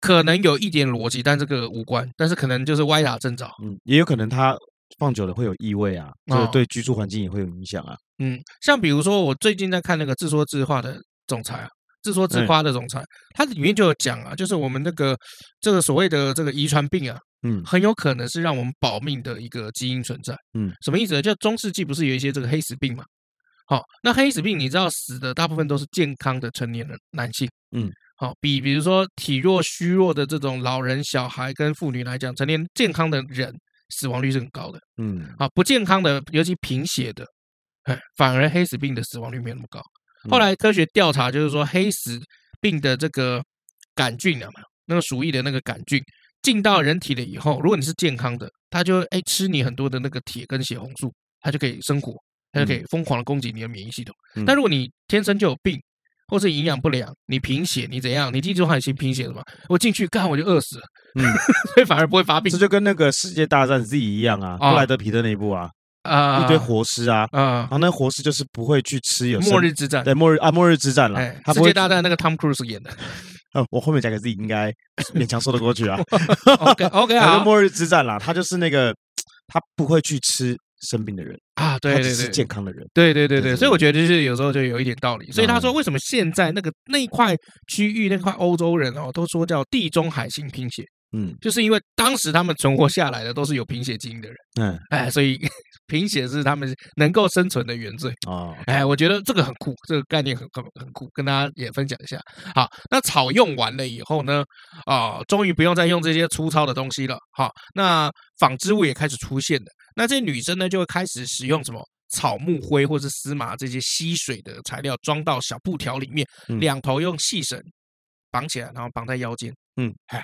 可能有一点逻辑，但这个无关，但是可能就是歪打正着。嗯，也有可能它放久了会有异味啊，这哦个对居住环境也会有影响啊，嗯，像比如说我最近在看那个自说自话的总裁啊，自说自嗯话的总裁，它里面就有讲啊，就是我们那个这个所谓的这个遗传病啊，嗯很有可能是让我们保命的一个基因存在。嗯，什么意思呢？就中世纪不是有一些这个黑死病嘛？好，那黑死病你知道死的大部分都是健康的成年人男性。嗯，好，比比如说体弱虚弱的这种老人、小孩跟妇女来讲，成年健康的人死亡率是很高的。嗯，啊，不健康的，尤其贫血的，哎，反而黑死病的死亡率没有那么高。后嗯来科学调查就是说，黑死病的这个杆菌啊，那个鼠疫的那个杆菌进到人体了以后，如果你是健康的，它就会哎吃你很多的那个铁跟血红素，它就可以生活，它就可以疯狂的攻击你的免疫系统。嗯但如果你天生就有病，或是营养不良，你贫血，你怎样？你地中海型贫血什么？我进去干我就饿死了，嗯 所以反而不会发病这。就跟那个世界大战 Z 一样啊，啊布莱德皮特那一部啊，啊，一堆活尸啊，啊然，后那活尸就是不会去吃有生末日之战。对末日啊末日之战了哎，，他世不会界大战那个 Tom Cruise 演的。呃我后面加个 Z 应该勉强说得过去 啊， OK OK 反正啊末日之战啦，他就是那个他不会去吃生病的人，啊，对他对只是对。健康的人，对对对对，对所以我觉得就是有时候就有一点道理。所以他说，嗯为什么现在那个那一块区域那块欧洲人哦，都说叫地中海型贫血，嗯就是因为当时他们存活下来的都是有贫血基因的人，嗯哎，所以 贫血是他们能够生存的原罪。哦，哎，我觉得这个很酷，这个概念很很很酷，跟大家也分享一下。好，那草用完了以后呢，啊、终于不用再用这些粗糙的东西了。好，那纺织物也开始出现了。那这些女生呢，就会开始使用什么草木灰或是丝麻这些吸水的材料，装到小布条里面，嗯两头用细绳绑起来，然后绑在腰间。嗯，哎，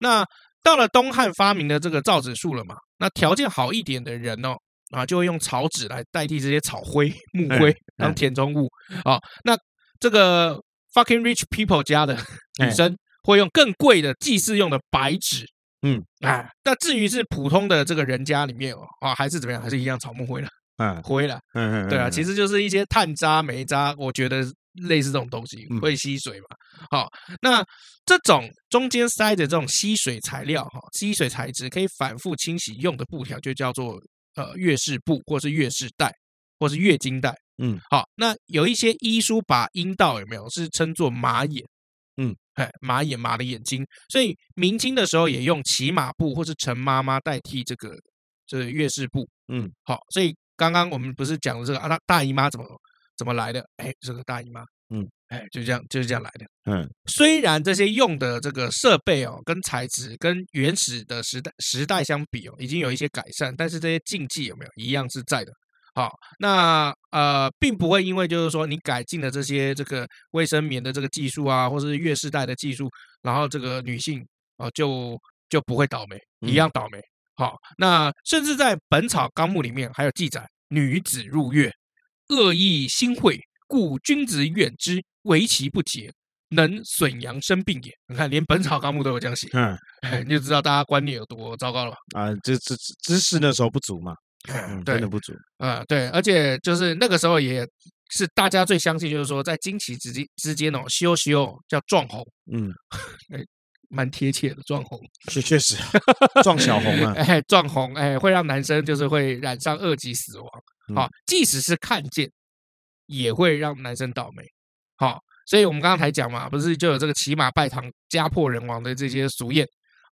那到了东汉发明的这个造纸术了嘛，那条件好一点的人哦，啊，就会用草纸来代替这些草灰、木灰嗯当填充物啊、那这个 fucking rich people 家的女嗯生会用更贵的祭祀用的白纸。嗯，哎，那至于是普通的这个人家里面哦，啊，还是怎么样，还是一样草木灰了，嗯灰了。嗯，对啊，其实实就是一些碳渣、煤渣，我觉得类似这种东西嗯会吸水嘛。好，那这种中间塞着这种吸水材料哈，吸水材质可以反复清洗用的布条，就叫做呃月事布，或是月事带，或是月经带。嗯，好，那有一些医书把阴道有没有是称作马眼？嗯，哎，马眼马的眼睛，所以明清的时候也用骑马布或是陈妈妈代替这个这个月事布。嗯，好，所以刚刚我们不是讲了这个啊，大大姨妈怎么怎么来的？哎，这个大姨妈，嗯，哎，就这样就是这样来的。嗯虽然这些用的这个设备哦，跟材质跟原始的时代时代相比哦，已经有一些改善，但是这些禁忌有没有一样是在的？好，那呃，并不会因为就是说你改进了这些这个卫生棉的这个技术啊，或是月世代的技术，然后这个女性哦、就就不会倒霉，一嗯样倒霉。好，那甚至在《本草纲目》里面还有记载：女子入月，恶意心秽，故君子远之，为其不洁，能损阳生病也。你看，连《本草纲目》都有这样写，哎嗯你就知道大家观念有多糟糕了吧。啊，这这这知识那时候不足嘛，嗯， 对真的，不足，呃，对，而且就是那个时候也是大家最相信，就是说在经期之间之间哦，修修叫撞红，嗯，蛮贴切的撞红。确确 实撞小红啊，哎，撞红，哎，会让男生就是会染上二级死亡。嗯好、即使是看见，也会让男生倒霉。好、所以我们刚刚才讲嘛，不是就有这个骑马拜堂、家破人亡的这些俗谚。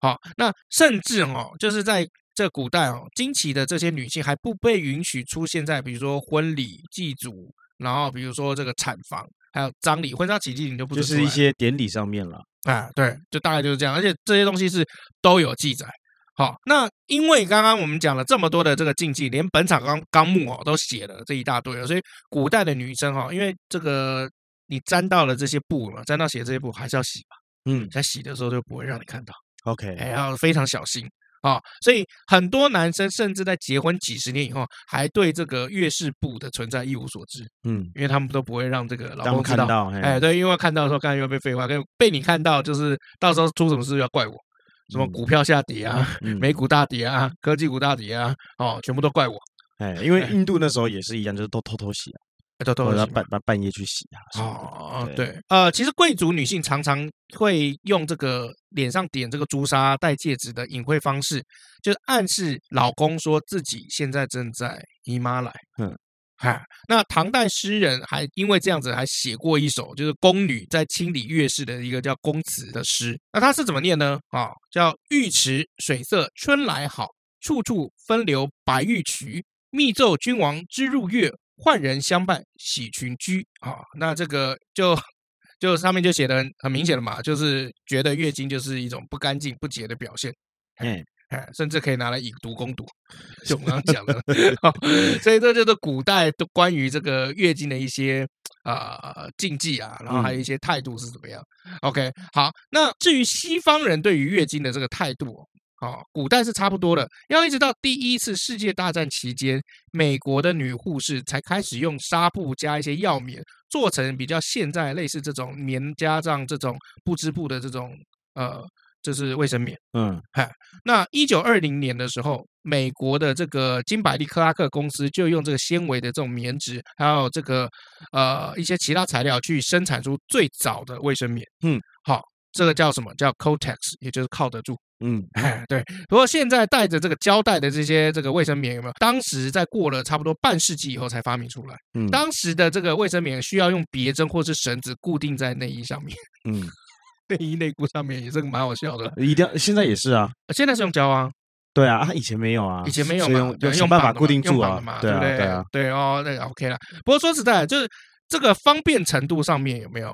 好、那甚至哦，就是在这古代哦，经期的这些女性还不被允许出现在比如说婚礼、祭祖，然后比如说这个产房，还有葬礼、婚纱喜祭，你就不就哎准出是一来些典礼上面了，啊，对，就大概就是这样，而且这些东西是都有记载。好，那因为刚刚我们讲了这么多的这个禁忌，连《本草纲纲目》哦都写了这一大堆了，所以古代的女生哈、哦，因为这个你沾到了这些布嘛，沾到血这些布还是要洗吧，嗯在洗的时候就不会让你看到， ，OK，哎，要非常小心啊、哦。所以很多男生甚至在结婚几十年以后，还对这个月事布的存在一无所知，嗯，因为他们都不会让这个老让我公看知道。到，嘿哎，，对，因为看到的时候，刚才又被废话，跟被你看到，就是到时候出什么事要怪我，什么嗯股票下跌啊，嗯美股大跌啊，科技股大跌啊，哦，全部都怪我，哎，因为哎印度那时候也是一样，就是都偷偷洗啊，哎都都或很者奇怪半半半夜去洗啊，什么的哦，对对，呃，其实贵族女性常常会用这个脸上点这个朱砂、戴戒指的隐晦方式，就是暗示老公说自己现在正在姨妈来。嗯，哈，那唐代诗人还因为这样子还写过一首，就是宫女在清理月事的一个叫《宫词》的诗。那它是怎么念呢？啊、叫浴池水色春来好，处处分流白玉渠。密奏君王之入乐，宦人相伴喜群居啊、那这个就就上面就写的很很明显了嘛，就是觉得月经就是一种不干净不洁的表现。哎，哎，甚至可以拿来以毒攻毒，就我们刚刚讲的，好所以这就是古代都关于这个月经的一些啊、呃禁忌啊，然后还有一些态度是怎么样。OK，好，那至于西方人对于月经的这个态度哦。哦，古代是差不多的，要一直到第一次世界大战期间，美国的女护士才开始用纱布加一些药棉，做成比较现在类似这种棉加上这种不织布的这种呃，就是卫生棉。嗯那一九二零年的时候，美国的这个金百利克拉克公司就用这个纤维的这种棉质，还有这个呃一些其他材料去生产出最早的卫生棉。嗯，好，这个叫什么叫 Cotex，也就是靠得住。 嗯，哎，对。不过现在带着这个胶带的这些这个卫生棉有没有？当时在过了差不多半世纪以后才发明出来。嗯当时的这个卫生棉需要用别针或是绳子固定在内衣上面， 嗯，内衣内裤上面也是个蛮好笑的。一定要现在也是啊，呃现在是用胶啊，对啊，啊以前没有啊，以前没有所以嘛用，用对用想办绑法的固定嘛用住绑啊的嘛，对不啊，对？对啊，对哦，那个 OK 啦。不过说实在的，就是这个方便程度上面有没有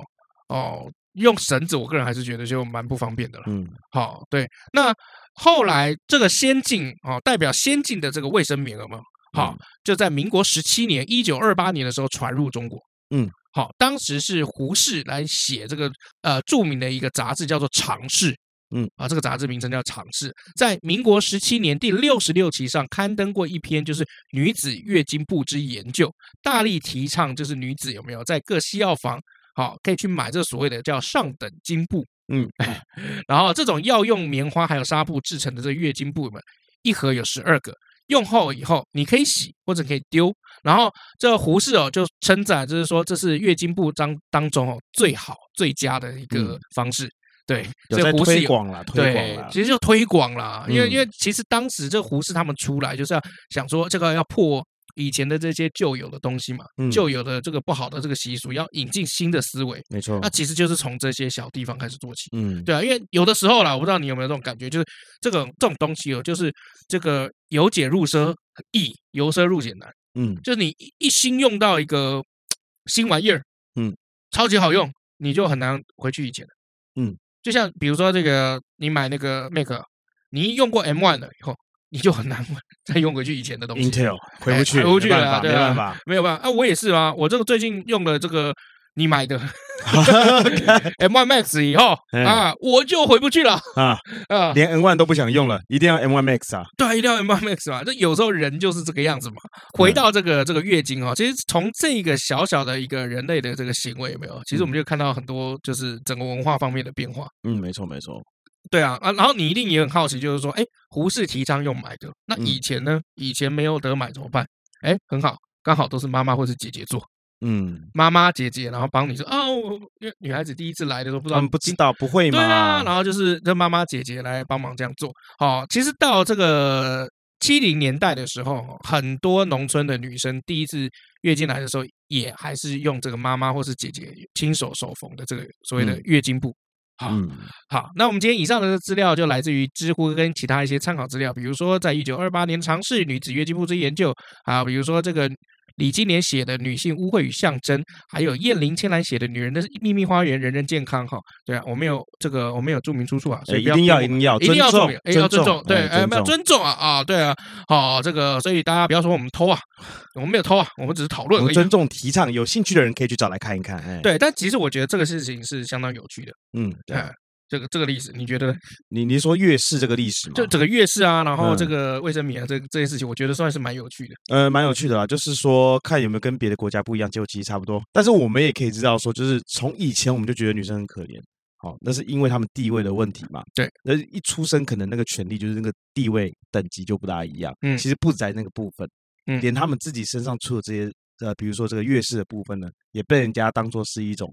哦？用绳子，我个人还是觉得就蛮不方便的了。嗯，好、对，那后来这个先进哦，代表先进的这个卫生棉了嘛，好、嗯就在民国十七年（一九二八年）的时候传入中国。嗯，好、当时是胡适来写这个呃著名的一个杂志，叫做《常识》。嗯，啊，这个杂志名称叫《常识》，在民国十七年第六十六期上刊登过一篇，就是女子月经不之研究，大力提倡就是女子有没有在各西药房好、可以去买这所谓的叫上等经布。嗯， 然后这种药用棉花还有纱布制成的这个月经布们，一盒有十二个。用后以后，你可以洗或者可以丢。然后这胡适哦，就称赞，就是说这是月经布当当中哦最好最佳的一个嗯方式。对，有所以在胡适推有广了，推广对，了，其实就推广啦，因为、因嗯为其实当时这胡适他们出来就是要想说这个要破以前的这些旧有的东西嘛，嗯旧有的这个不好的这个习俗，要引进新的思维，没错那，其实就是从这些小地方开始做起。嗯，对啊，因为有的时候啦，我不知道你有没有这种感觉，就是这个这种东西哦，就是这个由俭入奢易，由奢入俭难。嗯，就是你一一心用到一个新玩意儿，嗯，超级好用，你就很难回去以前了嗯，就像比如说这个，你买那个 Mac，你一用过 M One 了以后，你就很难 再用回去以前的东西。哎 Intel 回不去，回不去没办了法，对没啊办法。没有办法啊，我也是啊，我这个最近用了这个你买的 M One Max 以后嗯啊，我就回不去了啊，啊。连 N One 都不想用了，一定要 M One Max 啊。对，一定要 M Max 嘛。这有时候人就是这个样子嘛。回到这个这个月经哦，其实从这个小小的一个人类的这个行为有没有，其实我们就看到很多就是整个文化方面的变化。嗯，没错没错。对啊啊，然后你一定也很好奇，就是说，哎，胡适提倡用买的，那以前呢？以前没有得买怎么办？哎，很好，刚好都是妈妈或是姐姐做，嗯，妈妈姐姐，然后帮你说哦，我因为女孩子第一次来的时候不知他道们不知道，不会对啊，然嘛？后就是这妈妈姐姐来帮忙这样做。好、其实到这个七零年代的时候，很多农村的女生第一次月经来的时候，也还是用这个妈妈或是姐姐亲手手缝的这个所谓的嗯月经布。好嗯，好，那我们今天以上的资料就来自于知乎跟其他一些参考资料，比如说在一九二八年尝试女子月经不之研究啊，比如说这个李金莲写的《女性污秽与象征》，还有燕玲千兰写的《女人的秘密花园》，人人健康哈。对啊，我们有这个，我们有注明出处啊，所哎以一不定要逼一我定要一定要尊注明，哎，要尊重，对，哎，哎，没有尊重。尊重啊啊，对啊，好，这个，所以大家不要说我们偷啊，我们没有偷啊，我们只是讨我论而们已。尊重提倡，有兴趣的人可以去找来看一看。哎，，对，但其实我觉得这个事情是相当有趣的，嗯，对啊哎，这个这个历史，你觉得呢？你你说月事这个历史嘛，就整个月事啊，然后这嗯个卫生棉啊，这这些事情，我觉得算是蛮有趣的。呃，蛮有趣的啦，就是说看有没有跟别的国家不一样，结果其实差不多。但是我们也可以知道说，就是从以前我们就觉得女生很可怜，哦，那是因为她们地位的问题嘛。对，那一出生可能那个权利就是那个地位等级就不大一样。嗯其实不止在那个部分，嗯连他们自己身上出的这些呃，比如说这个月事的部分呢，也被人家当做是一种，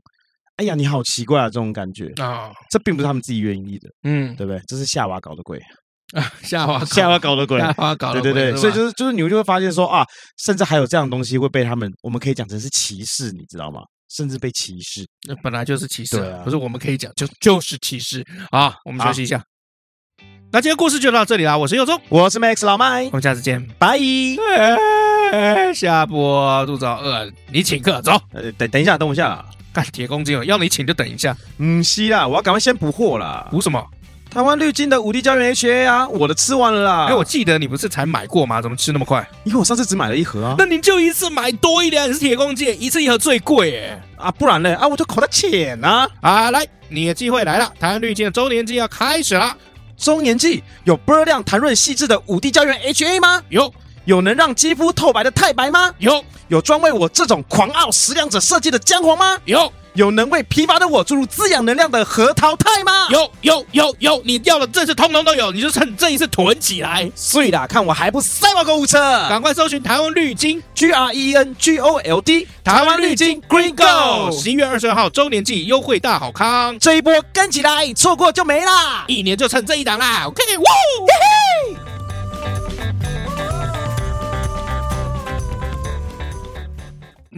哎呀，你好奇怪啊这种感觉。啊，这并不是他们自己愿意的，嗯对不对？这是夏娃搞的鬼， 啊，夏娃搞，夏娃搞的鬼，夏娃搞了对鬼，对对，是所以吧就是就是你们就会发现说啊，甚至还有这样的东西会被他们，我们可以讲成是歧视，你知道吗？甚至被歧视。那本来就是歧视对啊，啊不是我们可以讲，就就是歧视啊。我们休好息一下。那今天故事就到这里啦，我是佑宗，我是 Max 老麦我，们下次见。拜。哎下播肚子好饿，你请客走。呃，等等一下，等我一下啦。干铁公鸡哦，要你请就等一下，嗯，是啦，我要赶快先补货啦。补什么？台湾绿金的五 D 胶原 HA 啊，我的吃完了啦。哎，我记得你不是才买过吗？怎么吃那么快？因为我上次只买了一盒啊，那你就一次买多一点，你是铁公鸡，一次一盒最贵哎。啊，不然嘞啊，我就口袋浅啊。啊，来，你的机会来了，台湾绿箭的周年庆要开始了。中年季有波量弹润细致的五 D 胶原 HA 吗？有有能让肌肤透白的太白吗？有有专为我这种狂傲食量者设计的姜黄吗？有有能为疲乏的我注入滋养能量的核桃肽吗？有有有有，你要的这次通通都有，你就趁这一次囤起来，哎碎啦！看我还不塞爆购物车赶快搜寻台湾绿金， ！G R E N G O L D，台湾绿金 Green 十一月二十二号周年季优惠大好康，这一波跟起来，错过就没啦！一年就趁这一档啦，OK，哇！你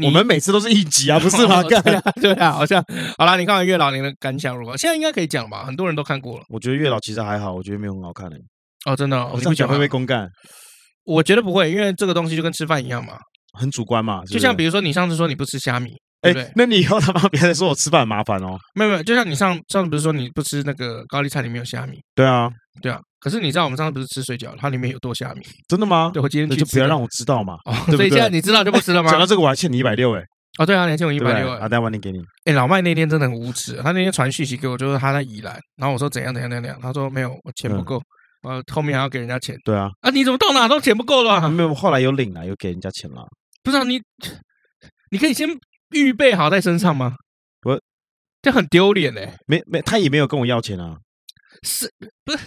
我们每次都是一集 啊，不 是吗？对干啊， 对啊，好像好啦，你看完《月老》，你的感想如何？现在应该可以讲吧？很多人都看过了。我觉得月老其实还好，我觉得没有很好看诶、哦，真的哦，我你这样讲讲会不会会？公干？我觉得不会，因为这个东西就跟吃饭一样嘛。很主观嘛，是不就像是比如说，你上次说你不吃虾米，对不哎对，？那你以后他妈别再说我吃饭很麻烦哦。没有没有，就像你上上次不是说你不吃那个高丽菜里面有虾米，对啊，对啊。可是你知道我们上次不是吃水饺，它里面有剁虾米？真的吗？对我今天那去就吃不要的让我知道嘛。哦， 对不所以对啊现在你知道就不吃了 吗讲？到这个我还欠你一百六哎，哦，对啊，你还欠我一对不百对六啊，待晚点给你。哎、老麦那天真的很无耻，啊他那天传讯息给我，就是他在宜兰，然后我说怎样怎样怎样怎样，他说没有，我钱不嗯够，呃，后面还要给人家钱对啊，啊，你怎么到哪都钱不够了啊、没有，后来有领了，有给人家钱了。不是、啊、你，你可以先预备好在身上吗？我这很丢脸欸嘞，没没，他也没有跟我要钱啊。是不是？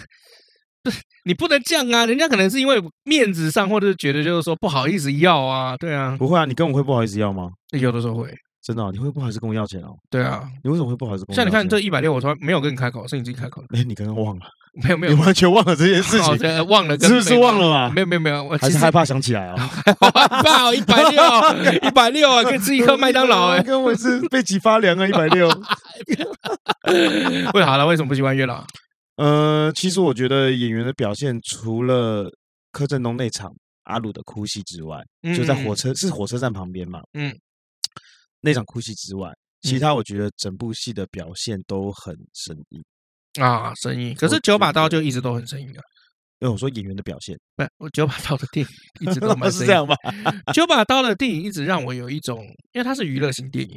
不是你不能这样啊！人家可能是因为面子上，或者是觉得就是说不好意思要啊，对 啊，不会啊，你跟我会不好意思要吗？有的时候会，真的哦、你会不好意思跟我要钱哦？对啊。你为什么会不好意思跟我要像钱？你看这一百六，我从来没有跟你开口，是你自己开口的，哎，你刚刚忘了，没有没有你，完全忘了这件事 好情，的忘了跟是不是没忘了嘛？没有没有没有，我还其是实害怕想起 来啊？爆一百六，一百六啊，可以吃一颗麦当 劳哎、跟我 是背脊发凉啊，一百六。为啥了？为什么不喜欢月老？呃，其实我觉得演员的表现，除了柯震东那场阿鲁的哭戏之外，嗯就在火车，车是火车站旁边嘛，嗯，那场哭戏之外，其嗯他我觉得整部戏的表现都很生硬。啊，生意。可我是觉九把刀得就一直都很生意啊。因为我说演员的表现，不，我九把刀的电影一直 都蛮是生这硬。样吧？九把刀的电影一直让我有一种，因为它是娱乐型电影，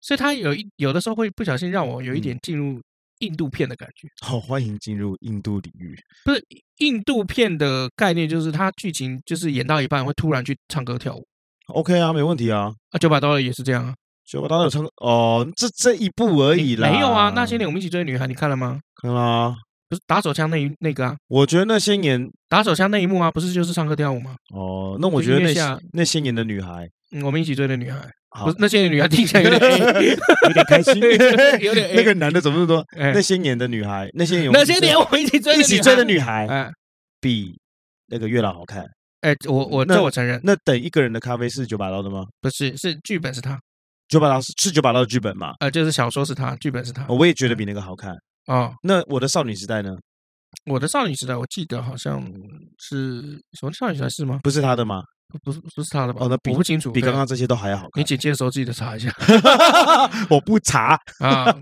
所以它有一有的时候会不小心让我有一点进入印度片的感觉。好，欢迎进入印度领域。不是印度片的概念，就是它剧情就是演到一半会突然去唱歌跳舞 OK 啊，没问题啊。啊。九把刀的也是这样啊。九把刀有唱歌哦，这这一部而已你啦。没有啊，那些年我们一起追的女孩，你看了吗？看啦。不是打手枪那一那个啊，我觉得那些年打手枪那一幕啊，不是就是唱歌跳舞吗？哦，那我就觉得音乐那下些那些年的女孩，嗯，我们一起追的女孩，好啊不是那些女孩听起来有点 A，有点开心，有点 A 那个男的怎么说？哎那些年的女孩，那些年我们那一起些追年我们一起追一起追的女孩孩，哎比那个月老好看。哎，我我那这我承认，那等一个人的咖啡是九把刀的吗？不是是剧本是他，九把刀是是九把刀的剧本嘛？呃，就是小说是他，剧本是他。我也觉得比那个好看。哦，那哦我的少女时代呢？我的少女时代，我记得好像是什么少女时代是吗？不是他的吗？不是不是他的吧？哦那比我不清楚，比对啊刚刚这些都还要好你看。简介的时候自己的查一下 我不查，啊。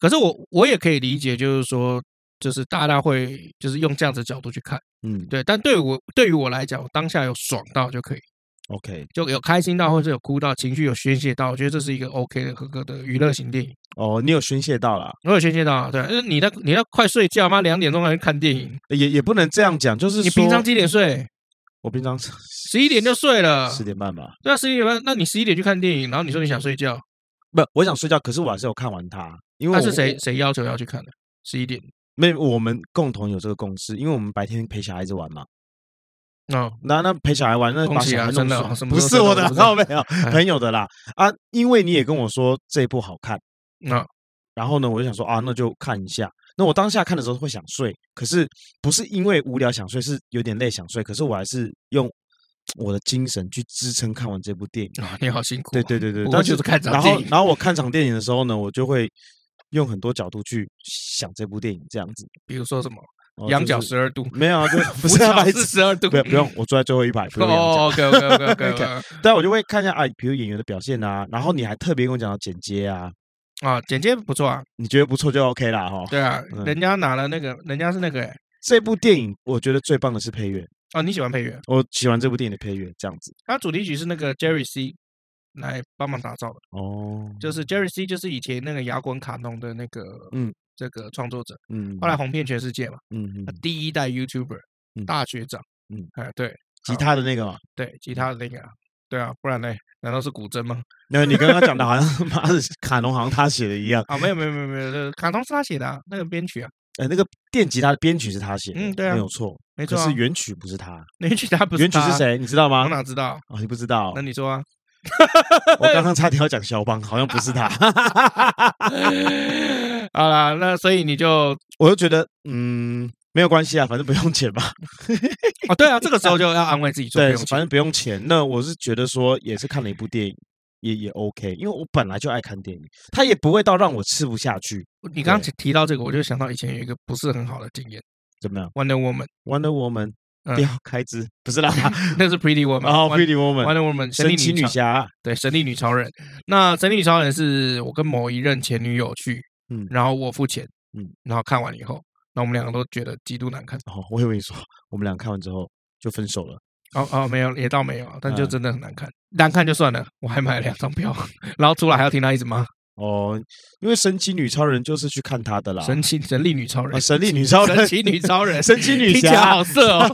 可是我我也可以理解，就是说，就是大家会就是用这样子的角度去看。嗯对，但对我对于我来讲，我当下有爽到就可以， ，OK，就有开心到，或者有哭到，情绪有宣泄到，我觉得这是一个 OK 的合格的娱乐型电影。哦，你有宣泄到啦，我有宣泄到啊，对，呃你那你那快睡觉，妈两点钟还去看电影，也也不能这样讲，就是你说平常几点睡？我平常十一点就睡了，十点半吧，对啊，十一点半，那你十一点去看电影，然后你说你想睡觉，不，我想睡觉，可是我还是有看完它，因为那我是谁？谁要求要去看的？十一点没有，我们共同有这个共识，因为我们白天陪小孩子玩嘛，哦，那那陪小孩玩，那恭把喜小啊孩弄真的爽什么不都是真的我我的，不知知 道道没有哎朋友的啦啊，因为你也跟我说这一部好看，那、然后呢，我就想说啊，那就看一下。那我当下看的时候会想睡，可是不是因为无聊想睡，是有点累想睡，可是我还是用我的精神去支撑看完这部电影。啊你好辛苦、对，对对对，不过但就是看场然后电影然后我看场电影的时候呢，我就会用很多角度去想这部电影这样子。比如说什么哦羊就角是十二度，没有啊， 就 不俯是啊角白是痴十二度， 不要不用，我坐在最后一排，不用羊角。哦，OK OK OK OK 但我就会看一下啊，比如演员的表现啊，然后你还特别跟我讲到剪接啊，啊，简介不错啊，你觉得不错就 OK 啦哈。对啊， 嗯人家拿了那个，人家是那个哎，这部电影我觉得最棒的是配乐，哦，你喜欢配乐？我喜欢这部电影的配乐这样子。它主题曲是那个 Jerry C 来帮忙打造的，哦，就是 Jerry C 就是以前那个摇滚卡农的那个嗯这个创作者，嗯，后来红遍全世界嘛，嗯嗯他，第一代 YouTuber 嗯大学长，嗯，哎对吉他的那个嘛，对，吉他的那个啊，对啊，不然呢？难道是古筝吗？那你刚刚讲的好像 妈的卡农好像他写的一样，啊，没有没有没有没有，呃卡通是他写的啊那个编曲啊，呃，那个电吉他的编曲是他写的，嗯对啊没有错，没可错啊是，原曲不是他，原曲他不是原曲是他？啊谁你知道吗我？哪知道？哦，你不知道那，你 说啊？我刚刚差点要讲肖邦，好像不是他， 好啦，那所以你就我就觉得嗯。没有关系啊，反正不用钱嘛。哦，对啊，这个时候就要安慰自己说不对，用反钱正不用钱。那我是觉得说，也是看了一部电影，也也 OK，因为我本来就爱看电影，它也不会到让我吃不下去。你刚刚对提到这个，我就想到以前有一个不是很好的经验，怎么样 Wonder Woman， ？Wonder Woman 嗯掉开支不 是啦，那是 Pretty 然后 Woman，Wonder 哦 Pretty Woman Woman 神神力奇女女超侠，对，神力女超人。那神力女超人是我跟某一任前女友去，嗯然后我付钱，嗯，然后看完以后，那我们两个都觉得极度难看。哦，我以为你说我们俩看完之后就分手了，哦哦，没有，也倒没有啊，但就嗯真的很难看，难看就算了，我还买了两张 票，然后出来还要听他一直骂哦，因为神奇女超人就是去看她的啦，神奇神力女超啊人，神力女超人哦神，奇女超人，神奇女听起来侠好色 哦。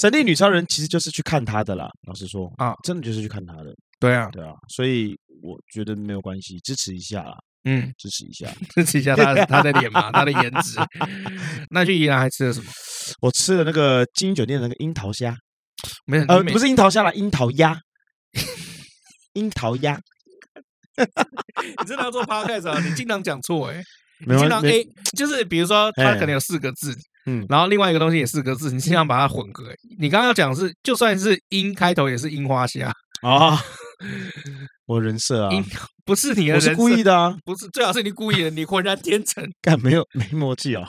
神力女超人其实就是去看她的啦，老实说啊真的就是去看她的，对啊，对啊，所以我觉得没有关系，支持一下啦，嗯，支持一 下。支持一下他的他的脸嘛，他的颜值。 那去宜兰还吃了什么？我吃了那个金鹰酒店的那个樱桃虾，没有，呃，嗯你每不是樱桃虾啦，樱桃 鸭，樱桃鸭，你真的要做 podcast 啊？你经常讲错哎、没你经常关系， A 就是比如说它哎可能有四个字，嗯然后另外一个东西也四个字，你经常把它混合欸、你刚刚要讲的是，就算是樱开头也是樱花虾，啊， 我人设啊，樱、不是你的我人是故意设，的啊，不是最好是你故意的，你浑然天成，干没有没默契 哦，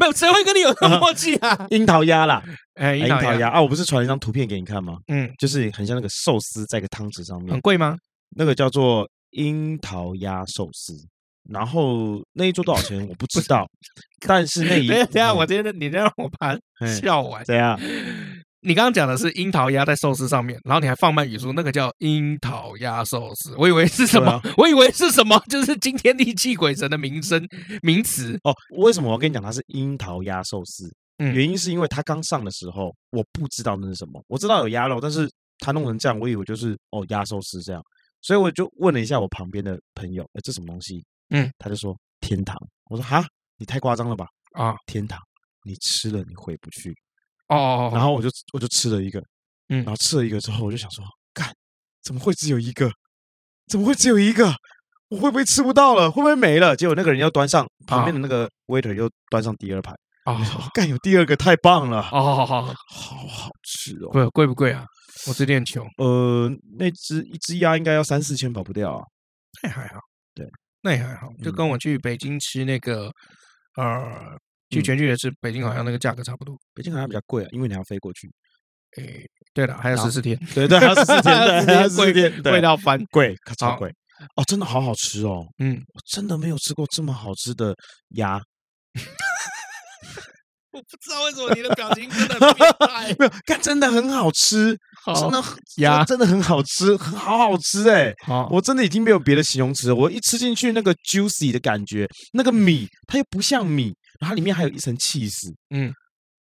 没有谁会跟你有那么默契 啊？樱桃鸭啦，哎，嗯樱樱桃桃鸭，鸭啊，我不是传了一张图片给你看吗？嗯，就是很像那个寿司在一个汤匙上面很，贵吗？那个叫做樱桃鸭寿司。然后那一桌多少钱我不知道，但是那一 等一下等一嗯下，哎我今天你再让我把它嘿笑完。怎样？你刚刚讲的是樱桃鸭在寿司上面，然后你还放慢语速，那个叫樱桃鸭寿司，我以为是什么？对啊我以为是什么？就是惊天地泣鬼神的名声名词。哦，为什么我跟你讲它是樱桃鸭寿司？嗯原因是因为它刚上的时候，我不知道那是什么，我知道有鸭肉，但是它弄成这样，我以为就是哦鸭寿司这样，所以我就问了一下我旁边的朋友，哎，这什么东西？嗯，他就说天堂。我说哈，你太夸张了吧？啊，天堂，你吃了你回不去。哦哦然哦，后我就我就吃了一个，嗯然后吃了一个之后，我就想说，干，怎么会只有一个？怎么会只有一个？我会不会吃不到了？会不会没了？结果那个人又端上旁啊边的那个 waiter 又端上第二盘，哦我想说干有第二个太棒了，哦，好好好，好好吃哦。 贵贵不贵啊？我最近很穷，呃，那只一只鸭应该要三四千跑不掉啊。那也还好，对，那也还好，就嗯跟我去北京吃那个，呃，去嗯全聚德吃北京好像那个价格差不多。北京好像比较贵啊，因为你还要飞过去。 诶，对了，还有然后十四 天，对对，还要十 四天，对，还要十四贵天，对贵到翻。贵，可超好贵。哦，真的好好吃哦！嗯，我真的没有吃过这么好吃的鸭， 我不知道为什么你的表情真的很变 态。没有，但真的很好吃，真的很鸭真的很好吃，很好好吃哎、好，我真的已经没嗯有别的形容词了。我一吃进去那个 juicy 的感觉，那个米它又不像米，然后它里面还有一层 cheese，嗯，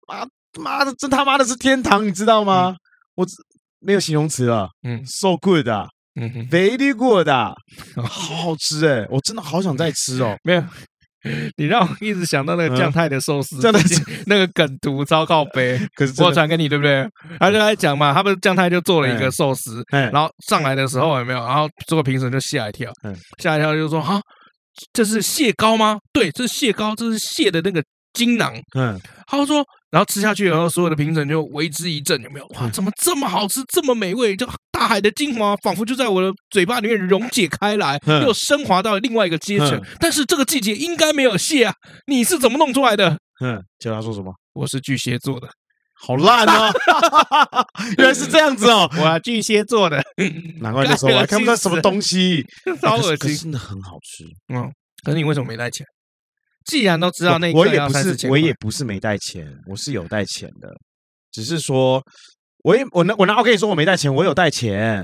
啊妈的，真他妈的是天堂，你知道吗？我只没有形容词了，嗯哦，so good 啊嗯哼， ，very good 啊，好好吃哎、我真的好想再吃 哦。没有。你让我一直想到那个酱嗯太的寿司，酱太之前那个梗图超靠 背，可是真我有的，传给你对不对？他就在讲嘛，他不是酱太就做了一个哎寿司，哎，然后上来的时候有没有？然后这个评审就吓一跳嗯，吓一跳就说啊，这是蟹膏吗？对，这是蟹膏，这是蟹的那个精囊。嗯，他说，然后吃下去以后，所有的评审就为之一振，有没有？哇，嗯怎么这么好吃，这么美味？就大海的精华仿佛就在我的嘴巴里面溶解开来，嗯又升华到另外一个阶层嗯。但是这个季节应该没有蟹啊，你是怎么弄出来的？嗯，结果他说什么？我是巨蟹座的，好烂啊！ 原来是这样子 哦，我啊巨蟹座的，难怪那时候我还看不到什么东西， 超哎可恶是可是心。真的很好吃。嗯，可是你为什么没带钱？既然都知道我那一我个也要不三四是千我块，也不是没带钱，我是有带钱的，只是说我也我那我那我跟你说我没带钱，我有带钱，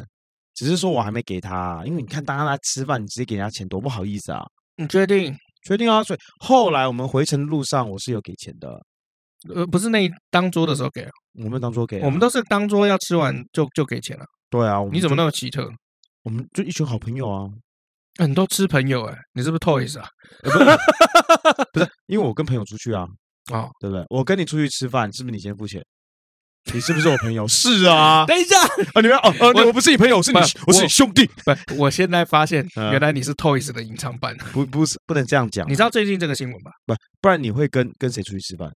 只是说我还没给他，因为你看大家来吃饭，你直接给人家钱多不好意思啊。你确定？确定啊，所以后来我们回程路上我是有给钱的，呃，不是那一当桌的时候给啊，我们当桌给啊、我们都是当桌要吃完就就给钱了。对啊，我们你怎么就那么奇特？我们就一群好朋友啊，很多吃朋友哎、你是不是 Toys 啊？因为我跟朋友出去啊，哦，对不对？我跟你出去吃饭，是不是你先付钱？你是不是我朋 友？是啊，等一下，啊，你们哦，呃，我我不是你朋友，我是你不，我是你我兄弟，不，我现在发现嗯原来你是 Toys 的隐藏版。不不是不能这样讲你，知道最近这个新闻吧？不然你会跟跟谁出去吃饭？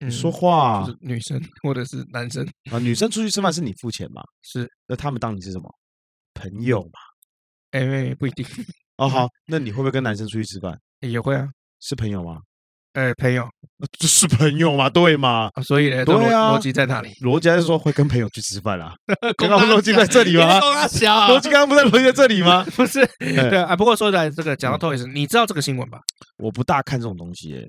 你你说话嗯就是女生或者是男生啊，女生出去吃饭是你付钱嘛？是那他们当你是什么朋友嘛？哎、不一定哦，好，那你会不会跟男生出去吃饭也会啊，是朋友吗？哎，朋友这是朋友嘛，对嘛？啊，所以呢，这对逻啊逻辑 在哪里？逻辑还是说会跟朋友去吃饭啦、刚刚逻辑在这里你 在吗？说他小啊逻辑刚刚不是逻辑在这里吗？ 不是，哎对啊。不过说起来，这个讲嗯到 Toys，你知道这个新闻吧？我不大看这种东西耶、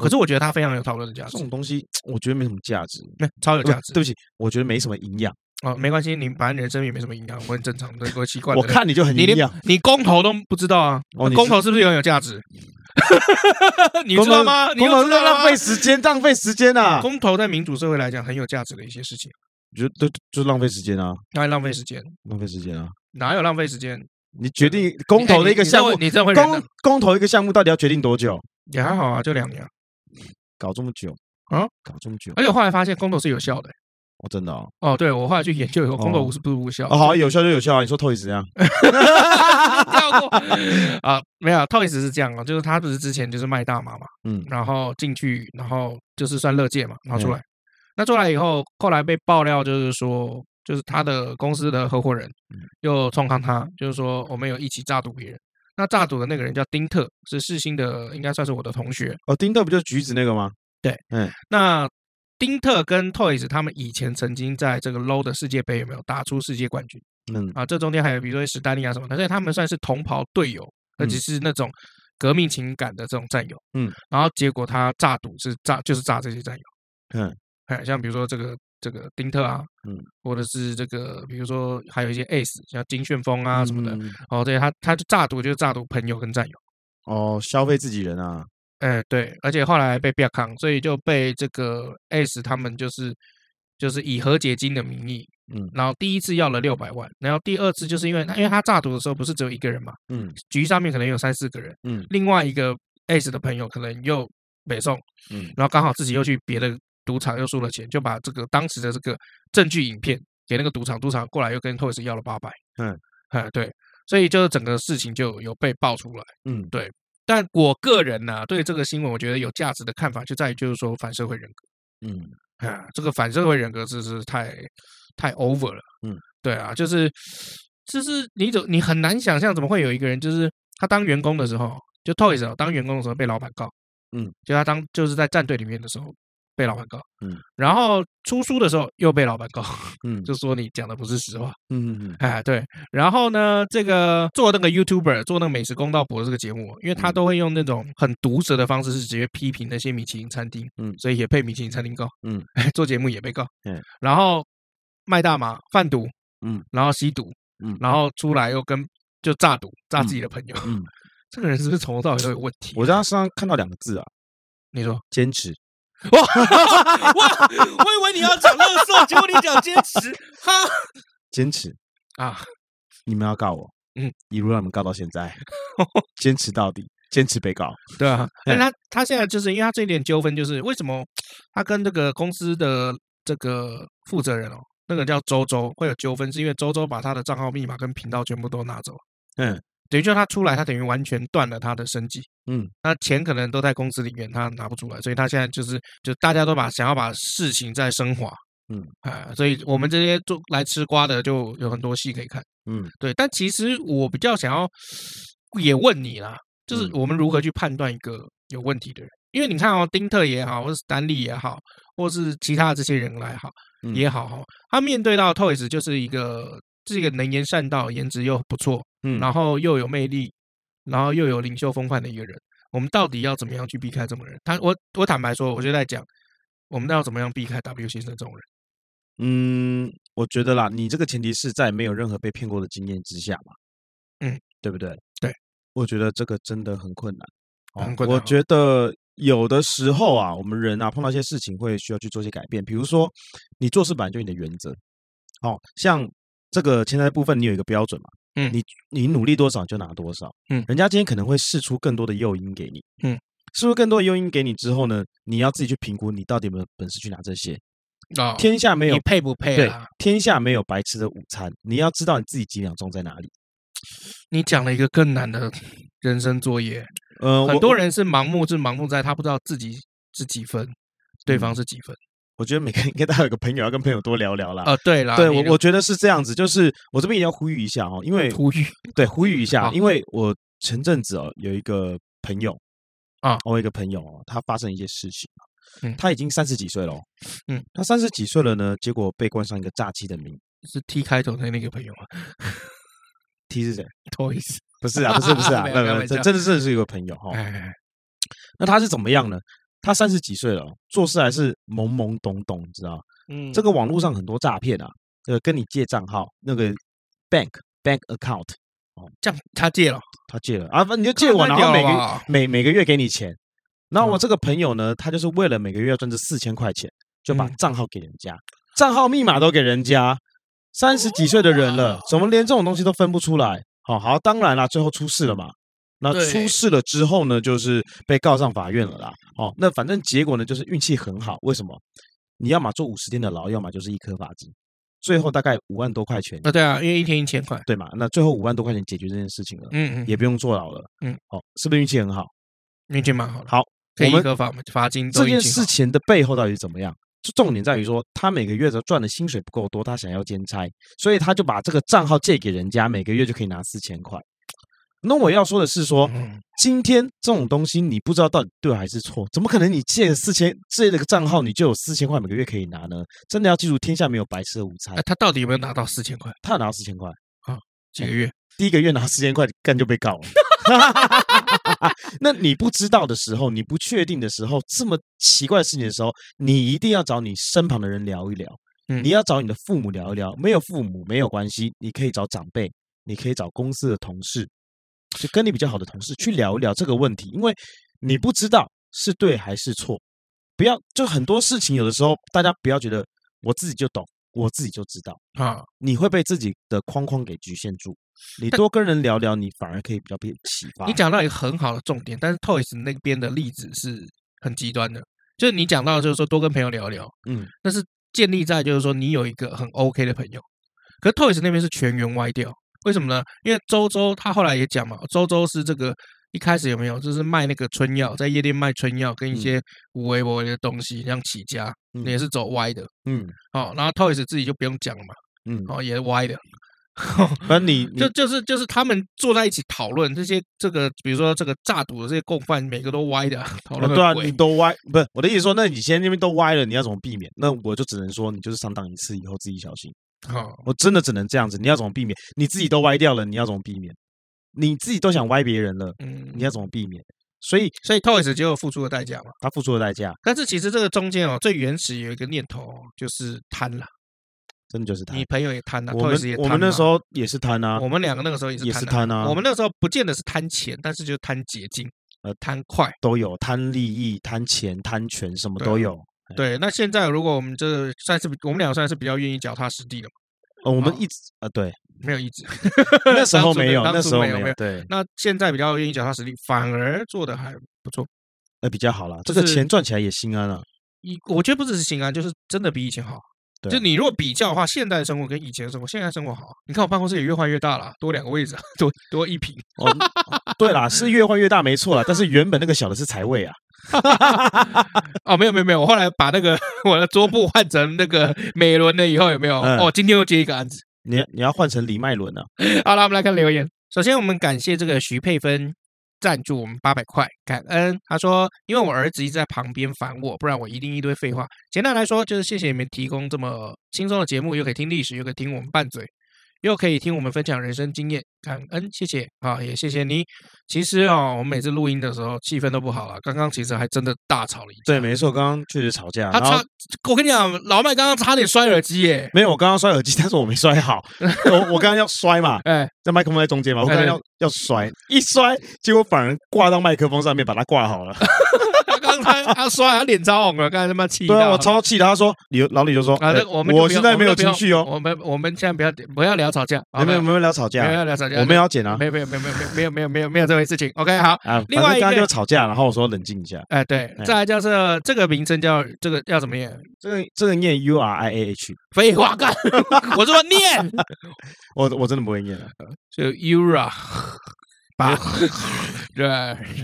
可是我觉得它非常有讨论的价值这，种东西我觉得没什么价值，没超有不哦价值。对不起，我觉得没什么营养。哦，没关系，你反正你的生命没什么营养，我很正常，对，我习惯了。我看你就很你营连养。你公投都不知道啊，哦，你公是投是不是也很有价值？ 你公知道投吗？你公又投知是道浪吗费时间，浪费时间啊！公投在民主社会来讲很有价值的一些事情，就就就浪费时间啊，当然浪费时间，浪费时间啊！哪有浪费时间？你决定公投的一个项目啊哎，你这会人公呢公投一个项目到底要决定多久？也还好啊，就两年啊。搞这么久啊？搞这么久？而且我后来发现公投是有效的。哦，真的哦，哦，对，我后来去研究以后，公投哦无是不是无效？哦好，有效就有效啊！你说透一怎 样？ 跳过啊，没有，Toys 是这样啊，就是他不是之前就是卖大麻嘛，嗯，然后进去，然后就是算乐界嘛，然后嗯出来，那出来以后，后来被爆料就是说，就是他的公司的合伙人嗯又冲康他，就是说我们有一起诈赌别人。那诈赌的那个人叫丁特，是世新的，应该算是我的同学。哦，丁特不就是橘子那个吗？那丁特跟 Toys 他们以前曾经在这个 low 的世界杯有没有打出世界冠军？嗯，啊，这中间还有比如说史丹利啊什么的，所以他们算是同袍队友，而且嗯是那种革命情感的这种战友。嗯，然后结果他炸赌是炸，就是炸这些战友。嗯，哎，像比如说这个这个丁特啊，嗯，或者是这个比如说还有一些 ace，像金旋风啊啊什么的。哦，对，他他就炸赌就是炸赌朋友跟战友。哦，消费自己人啊，哎，对，而且后来被 b i 康，所以就被这个 S 他们就是就是以和解金的名义，嗯然后第一次要了六百万，然后第二次就是因为因为他诈赌的时候不是只有一个人嘛，嗯局上面可能有三四个人，嗯另外一个 S 的朋友可能又北宋，嗯，然后刚好自己又去别的赌场又输了钱，就把这个当时的这个证据影片给那个赌场，赌场过来又跟 Toys 要了八百，嗯，哎，对，所以就是整个事情就有被爆出来。嗯但我个人呢、对这个新闻我觉得有价值的看法就在于，就是说反社会人嗯格啊，这个反社会人格真是太太 over 了。嗯，对啊，就是就是你怎你很难想象怎么会有一个人，就是他当员工的时候，就 Toys 哦当员工的时候被老板告，嗯，就他当就是在战队里面的时候被老板告，嗯，然后出书的时候又被老板告，嗯就说你讲的不是实话。嗯嗯哎，对，然后呢，这个做那个 YouTuber 做那个美食公道博这个节目，因为他嗯都会用那种很毒舌的方式，是直接批评那些米其林餐厅，嗯所以也被米其林餐厅告，嗯，做节目也被告，嗯，然后卖大麻、贩毒，嗯，然后吸毒，嗯然后出来又跟就诈赌，诈自己的朋友，嗯， 这个人是不是从头到尾都有问题？我在他身上看到两个字啊，你 说，坚持。哇哇，我以为你要讲乐色，结果你讲坚持，哈坚持， 啊，你们要告我，嗯，一路让你们告到现 在，坚持到底，坚持被告。对啊，嗯但他他现在就是因为他这一点纠纷，就是为什么他跟这个公司的这个负责人哦，那个叫周周会有纠纷，是因为周周把他的账号密码跟频道全部都拿走，嗯，等于就他出来，他等于完全断了他的生计，嗯，那钱可能都在公司里面，他拿不出来，所以他现在就是就大家都把想要把事情在升华，嗯啊、所以我们这些做来吃瓜的就有很多戏可以看。嗯对，但其实我比较想要也问你啦，就是嗯我们如何去判断一个有问题的人？因为你看哦，丁特也好，或是史丹利也好，或是其他的这些人来好、嗯也好哈，他面对到 Toys 就是一个是一个能言善道、颜值又不错，嗯然后又有魅力，然后又有领袖风范的一个人。我们到底要怎么样去避开这种人？他我我坦白说，我就在讲，我们要怎么样避开 W 先生这种人？嗯，我觉得啦，你这个前提是在没有任何被骗过的经验之下嘛，嗯，对不对？对，我觉得这个真的很困难，哦很困我难哦觉得有的时候啊，我们人啊碰到一些事情会需要去做一些改变，比如说你做事本来就有你的原则，哦，像这个钱财部分你有一个标准嘛，嗯你你努力多少就拿多少，嗯人家今天可能会试出更多的诱因给你，嗯。试出更多的诱因给你之后呢，你要自己去评估你到底有没有本事去拿这些。哦，天下没有你配不配对啊？，天下没有白吃的午餐，你要知道你自己几秒钟在哪里。你讲了一个更难的 人生作业。呃，很我多我人是盲目，是盲目在他不知道自己是几分，对嗯方是几分。我觉得每个人应该都要有个朋友，要跟朋友多聊聊啦。呃，对啦，啊对你 我，我觉得是这样子，就是我这边也要呼吁一下哦，因为呼吁啊对呼吁一下，好因为我前阵子哦有一个朋友，啊我有一个朋友哦，他发生一些事情啊嗯他已经三十几岁了哦，嗯，他三十几岁了呢，结果被冠上一个诈欺的名是 T 开头的那个朋友吗啊 T 是谁？ ？Toys，不是啊，不是不是啊， 没有没有没开有，玩这笑真的是是一个朋友 哈、哎哎，哎那他是怎么样呢？他三十几岁了哦，做事还是懵懵懂懂，你知道吗嗯，这个网络上很多诈骗啊，呃，跟你借账号那嗯个 bank bank account，这样他借了，他借了啊，不你就借我，太然后屌每了个吧每每个月给你钱。然后我嗯这个朋友呢，他就是为了每个月要赚这四千块钱，就把嗯账号给人家，账号密码都给人家。三十几岁的人了，怎么连这种东西都分不出来？好好，当然啦，最后出事了嘛。那对出事了之后呢，就是被告上法院了啦。哦，那反正结果呢，就是运气很好。为什么？你要么坐五十天的牢，要么就是一颗罚金，最后大概五万多块钱，啊，对啊，因为一天一千块，对嘛？那最后五万多块钱解决这件事情了。嗯嗯，也不用坐牢了。嗯，哦，是不是运气很好？运气蛮好的，好，可以我们合法罚金都这已经件好，事情的背后到底是怎么样？就重点在于说，他每个月的赚的薪水不够多，他想要兼差，所以他就把这个账号借给人家，每个月就可以拿四千块。那我要说的是说，嗯今天这种东西你不知道到底对还是错，怎么可能你借四千借了个账号你就有四千块每个月可以拿呢？真的要记住，天下没有白吃的午餐那。他到底有没有拿到四千块？他有拿到四千块，几个月？第一个月拿四千块，干就被告了。那你不知道的时候，你不确定的时候，这么奇怪的事情的时候，你一定要找你身旁的人聊一聊，嗯你要找你的父母聊一聊。没有父母没有关系，你可以找长辈，你可以找公司的同事，就跟你比较好的同事去聊一聊这个问题，因为你不知道是对还是错。不要就很多事情，有的时候大家不要觉得我自己就懂，我自己就知道。啊，你会被自己的框框给局限住。你多跟人聊聊，你反而可以比较被启发。你讲到一个很好的重点，但是 Toys 那边的例子是很极端的，就是你讲到就是说多跟朋友聊聊，嗯，但是建立在就是说你有一个很 OK 的朋友，可是 Toys 那边是全员歪掉，为什么呢？因为周周他后来也讲嘛，周周是这个一开始有没有就是卖那个春药，在夜店卖春药跟一些无为不为的东西这样起家，嗯也是走歪的。嗯哦，然后 Toys 自己就不用讲了嘛，嗯，哦，也是歪的。 哦那你你就就是就是他们坐在一起讨论这些这个，比如说这个诈赌的这些共犯，每个都歪的，讨啊论个对啊，鬼你都歪，不是我的意思说，那你现在那边都歪了，你要怎么避免？那我就只能说，你就是上当一次，以后自己小心。哦我真的只能这样子，你要怎么避免？你自己都歪掉了，你要怎么避免？你自己都想歪别人了，你嗯，要怎么避免？所以所以 Toys 就有付出的代价嘛。他付出的代价，但是其实这个中间哦，最原始有一个念头哦就是贪了，真的就是他你。朋友也贪了哎我，Toys 们也贪我们那嘛时候也是贪啊，我们两个那个时候也也是是贪贪啊啊，我们那时候不见得是贪钱，但是就贪捷径，呃贪快。都有贪利益、贪钱、贪权，什么对啊都有。对，那现在如果我们这算是比我们俩算是比较愿意脚踏实地了嘛，呃，我们啊一直呃， 对，没有一直那时候当初没有，当那初时候没没有没有有，对，那现在比较愿意脚踏实地，反而做的还不错。呃那比较好了，这就个是钱赚起来也心安啊了。以我觉得不只是心安，就是真的比以前好。对就你如果比较的话，现在的生活跟以前的生活，现在的生活好。啊你看我办公室也越换越大了，多两个位置啊，多多一平。哦，对啦，是越换越大，没错啦。但是原本那个小的是财位啊，哦，没有没有没有，我后来把那个 我的桌布换成那个美轮了以后，有没有？嗯哦，今天又接一个案子。你你要换成李麦伦啊。好了，我们来看留言。首先，我们感谢这个徐佩芬赞助我们八百块，感恩。他说，因为我儿子一直在旁边烦我，不然我一定一堆废话。简单来说，就是谢谢你们提供这么轻松的节目，又可以听历史，又可以听我们拌嘴，又可以听我们分享人生经验，感恩，谢谢啊，也谢谢你。其实哦，我们每次录音的时候气氛都不好了，刚刚其实还真的大吵了一 架。对，没错，刚刚确实吵架，他啊然后差，我跟你讲，老麦刚刚差点摔耳机耶，没有，我刚刚摔耳机， 但是我没摔好，我我刚刚要摔嘛，哎，在麦克风在中间嘛，我刚刚哎要要摔，一摔，结果反而挂到麦克风上面，把它挂好了。他刚才他摔，他脸超红了，刚才他妈气到对了。啊，我超气的。他说，李老李就说，啊，哎那我们就我不要现在没有们就不情要绪哦，我们我们现在不要不要聊吵架，没有没有哦没有聊吵没有架，要聊吵架，我们要剪啊没有没有没有没有没有没有没有没有没有这回事情。OK，好，啊， 另反正外一刚刚就个吵架，然后我说冷静一下。哎对，哎再来叫这这个名称叫这个要怎么念？这个这个念 U R I A H，废话干， 我是说念 我我真的不会念了。就 Ura 吧？ 哎对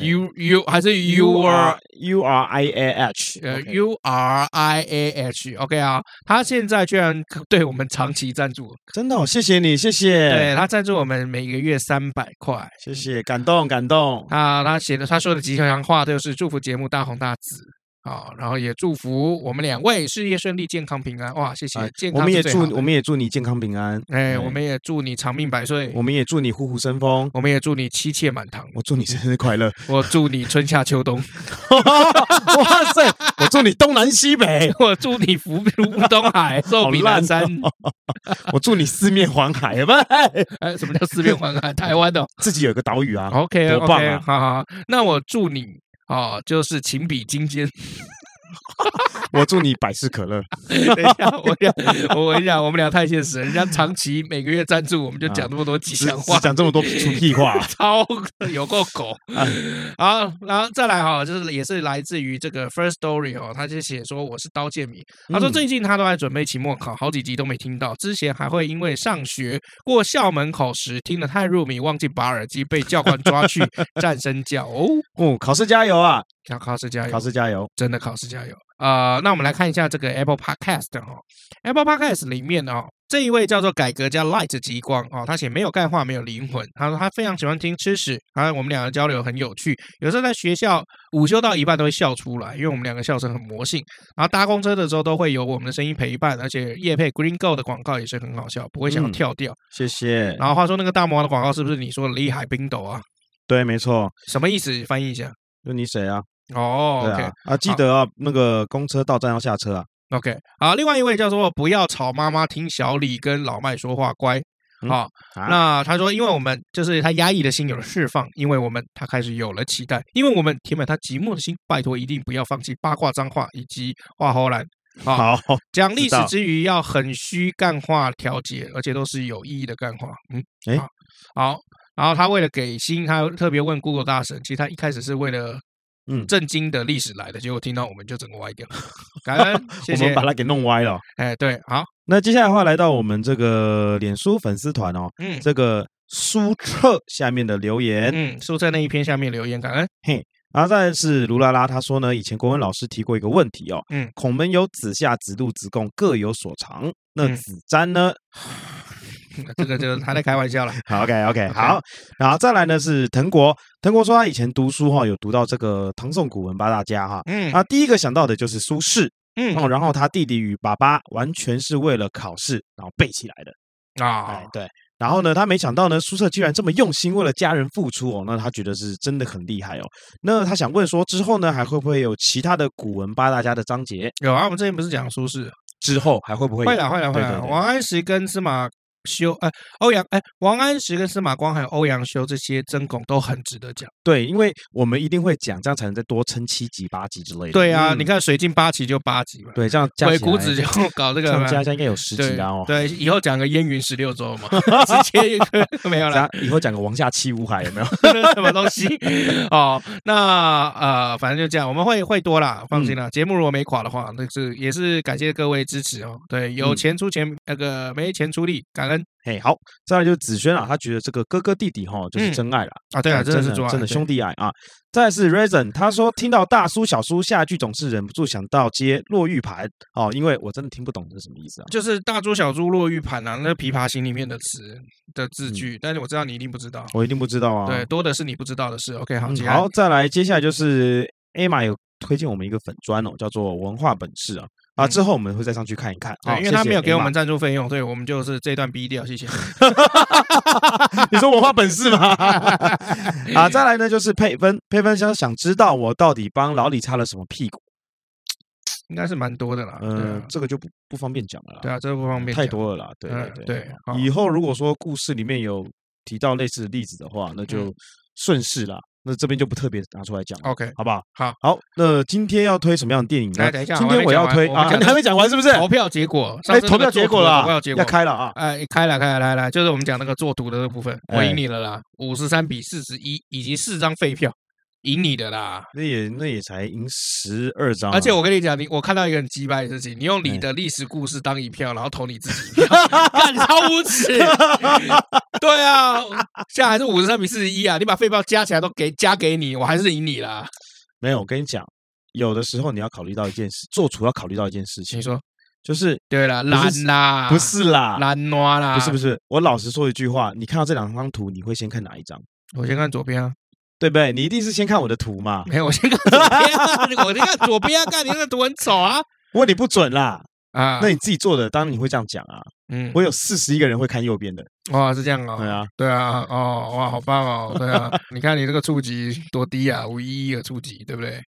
，U U 还是 U R U R I A H，呃 OK U R I A H OK 啊，他现在居然对我们长期赞助，真的哦，谢谢你，谢谢，对他赞助我们每个月三百块。谢谢，感动感动，他他写的他说的吉祥话就是祝福节目大红大紫。啊、然后也祝福我们两位事业顺利、健康平安。哇，谢谢！哎健我康们是也最祝好的我们也祝你健康平安，哎，我们也祝你长命百岁，我们也祝你虎虎生风，我们也祝你妻妾满堂，我祝你生日 快乐，我祝你春夏秋冬， 哇塞，我祝你东南西北，我祝你福如东海，寿 好比烂南山。哦，我祝你四面环海，喂，哎，什么叫四面环海？ 台湾的哦 自己有个岛屿啊， ，OK 多棒 OK，啊好好，那我祝你啊，就是情比金坚。 我祝你百事可乐，等一下，我讲，我跟你讲，我们俩太现实了，人家长期每个月赞助，我们就讲那么多吉只祥只话。啊讲这啊么多出屁话，超有够狗好，然后再来哈、就是也是来自于这个 First Story 哦，他就写说我是刀剑迷， 他说嗯最近他都在准备期末考，好几集都没听到，之前还会因为上学过校门口时听得太入迷，忘记拔耳机，被教官抓去 战声叫哦。哦，考试加油啊，考考试加油考！试加油，真的考试加油！啊！那我们来看一下这个 Apple Podcast 哈、Apple Podcast 里面哦，这一位叫做改革家 Light 极光哦，他写没有钙化，没有灵魂。他说他非常喜欢听吃屎，然后我们两个交流很有趣，有时候在学校午休到一半都会笑出来，因为我们两个笑声很魔性。然后搭公车的时候都会有我们的声音陪伴，而且夜配 Green Go 的广告也是很好笑，不会想要嗯跳掉。谢谢，然后话说那个大魔王的广告是不是你说的厉害冰斗啊？对，没错，什么意思？翻译一下。就你谁啊？哦对，OK、啊，啊，记得啊，那个公车到站要下车啊。 OK，好，另外一位叫做不要吵妈妈，听小李跟老麦说话，乖。嗯好、啊那他说，因为我们就是他压抑的心有了释放，因为我们他开始有了期待，因为我们填满他寂寞的心，拜托一定不要放弃八卦脏话以及画喉兰。好好，讲历知史道之余，要很虚干话调节，而且都是有意义的干话。嗯，诶好好。然后他为了给星，他特别问 Google 大神，其实他一开始是为了嗯震惊的历史来的，结果听到我们就整个歪掉。 感恩，谢我谢们把。它给弄歪了。哎，对，好，那接下来的话，来到我们这个脸书粉丝团哦，嗯这个苏澈下面的留言，嗯，苏澈那一篇下面留言，感哎恩。然后再来是卢拉拉，她说呢，以前国文老师提过一个问题哦，嗯孔门有子夏、子路、子贡各有所长，那嗯子瞻呢？这个就是他在开 玩笑了。 好，OK OK， OK 好，然后再来呢是滕国，滕国说他以前读书哈、有读到这个唐宋古文八大家哈。嗯啊，第一个想到的就是苏轼，嗯哦，然后他弟弟与爸爸完全是为了考试然后背起来的，啊哎，，对。然后呢，他没想到呢，苏澈居然这么用心，为了家人付出哦，那他觉得是真的很厉害哦。那他想问说，之后呢，还会不会有其他的古文八大家的章节？有啊，我们之前不是讲苏轼，之后还会不会有？会啊了会了会对对了。对王安石跟司马修，哎，欧阳，哎，王安石跟司马光还有欧阳修这些曾巩都很值得讲。对，因为我们一定会讲，这样才能再多撑七集八集之类的。对啊，你嗯看水镜八旗就八旗嘛，对，这样加鬼起谷来子就搞这这个样嘛。加一下应该有十集对啦哦。对，以后讲个燕云十六州 嘛，直接一个 没有这了样。以后讲个王下七武海有没有？什么东西 哦。那呃，反正就这样，我们会会多啦，放嗯心啦。节目如果没垮的话，那是也是感谢各位支持哦。对，有嗯钱出钱，那个没钱出力，感恩嘿，好，再来就是子轩啊，他觉得这个哥哥弟弟哈就是嗯真爱啦。呃啊。对啊，哎真真的是做真的兄弟。弟爱啊。再来是 Reason，他说听到大叔小叔下一句总是忍不住想到接落玉盘哦，因为我真的听不懂这是什么意思啊。就是大猪小猪落玉盘啊，那《琵琶行》里面的词的字句，但是我知道你一定不知道，我一定不知道啊。对，多的是你不知道的事。OK，好，嗯接下来好，再来，接下来就是 Emma 有推荐我们一个粉砖哦，叫做文化本事啊。啊，嗯之后我们会再上去看一看，啊对，好因为他没有给我。们谢赞助费用，所以我们就是这段逼掉，谢谢。谢 Emma 你说文化本事 吗？啊，再来呢就是佩芬，佩芬想想知道我到底帮老李擦了什么屁股，应该是蛮多的啦。对嗯啊，，这个就不不方便讲了啦。对啊，这个不方便太讲。多了啦，对嗯对对好以后如果说故事里面有提到类似的例子的话，嗯那就顺势啦。那这边就不特别拿出来讲了， OK，好不好？好，好。那今天要推什么样的电影呢来？等一下，今我还天没我讲要完推我们啊，讲你还没讲完是不是？投票结果，上哎，次那投个票做结图果的啦，投票结要果。开了啊。哎，开了，开了，来来，就是我们讲那个做图的部分，我哎赢你了啦，五十三比四十一，以及四张废票。赢你的啦。那也那也才赢十二张啊，而且我跟你讲，你我看到一个很鸡掰的事情，你用你的历史故事当一票，然后投你自己一票， 干超无耻！ 对啊，现在还是五十三比四十一啊，你把废票加起来都给加给你，我还是赢你啦。没有，我跟你讲，有的时候你要考虑到一件事，做厨要考虑到一件事情你，说就是对啦，不懒是啦，不是啦，懒惰啦，不是不是，是，我老实说一句话，你看到这两张图，你会先看哪一张？我先看左边啊，对不对？你一定是先看我的图嘛？没有，我先看左边啊，我先看左边啊，看你那个图很丑啊问你不准啦，啊，那你自己做的，当然你会这样讲啊。嗯，我有四十一个人会看右边的，哇是这样对哦。啊，对啊，哦，哇，好棒哦！对啊，你看你这个触及多低啊，五一一的触及，对不对？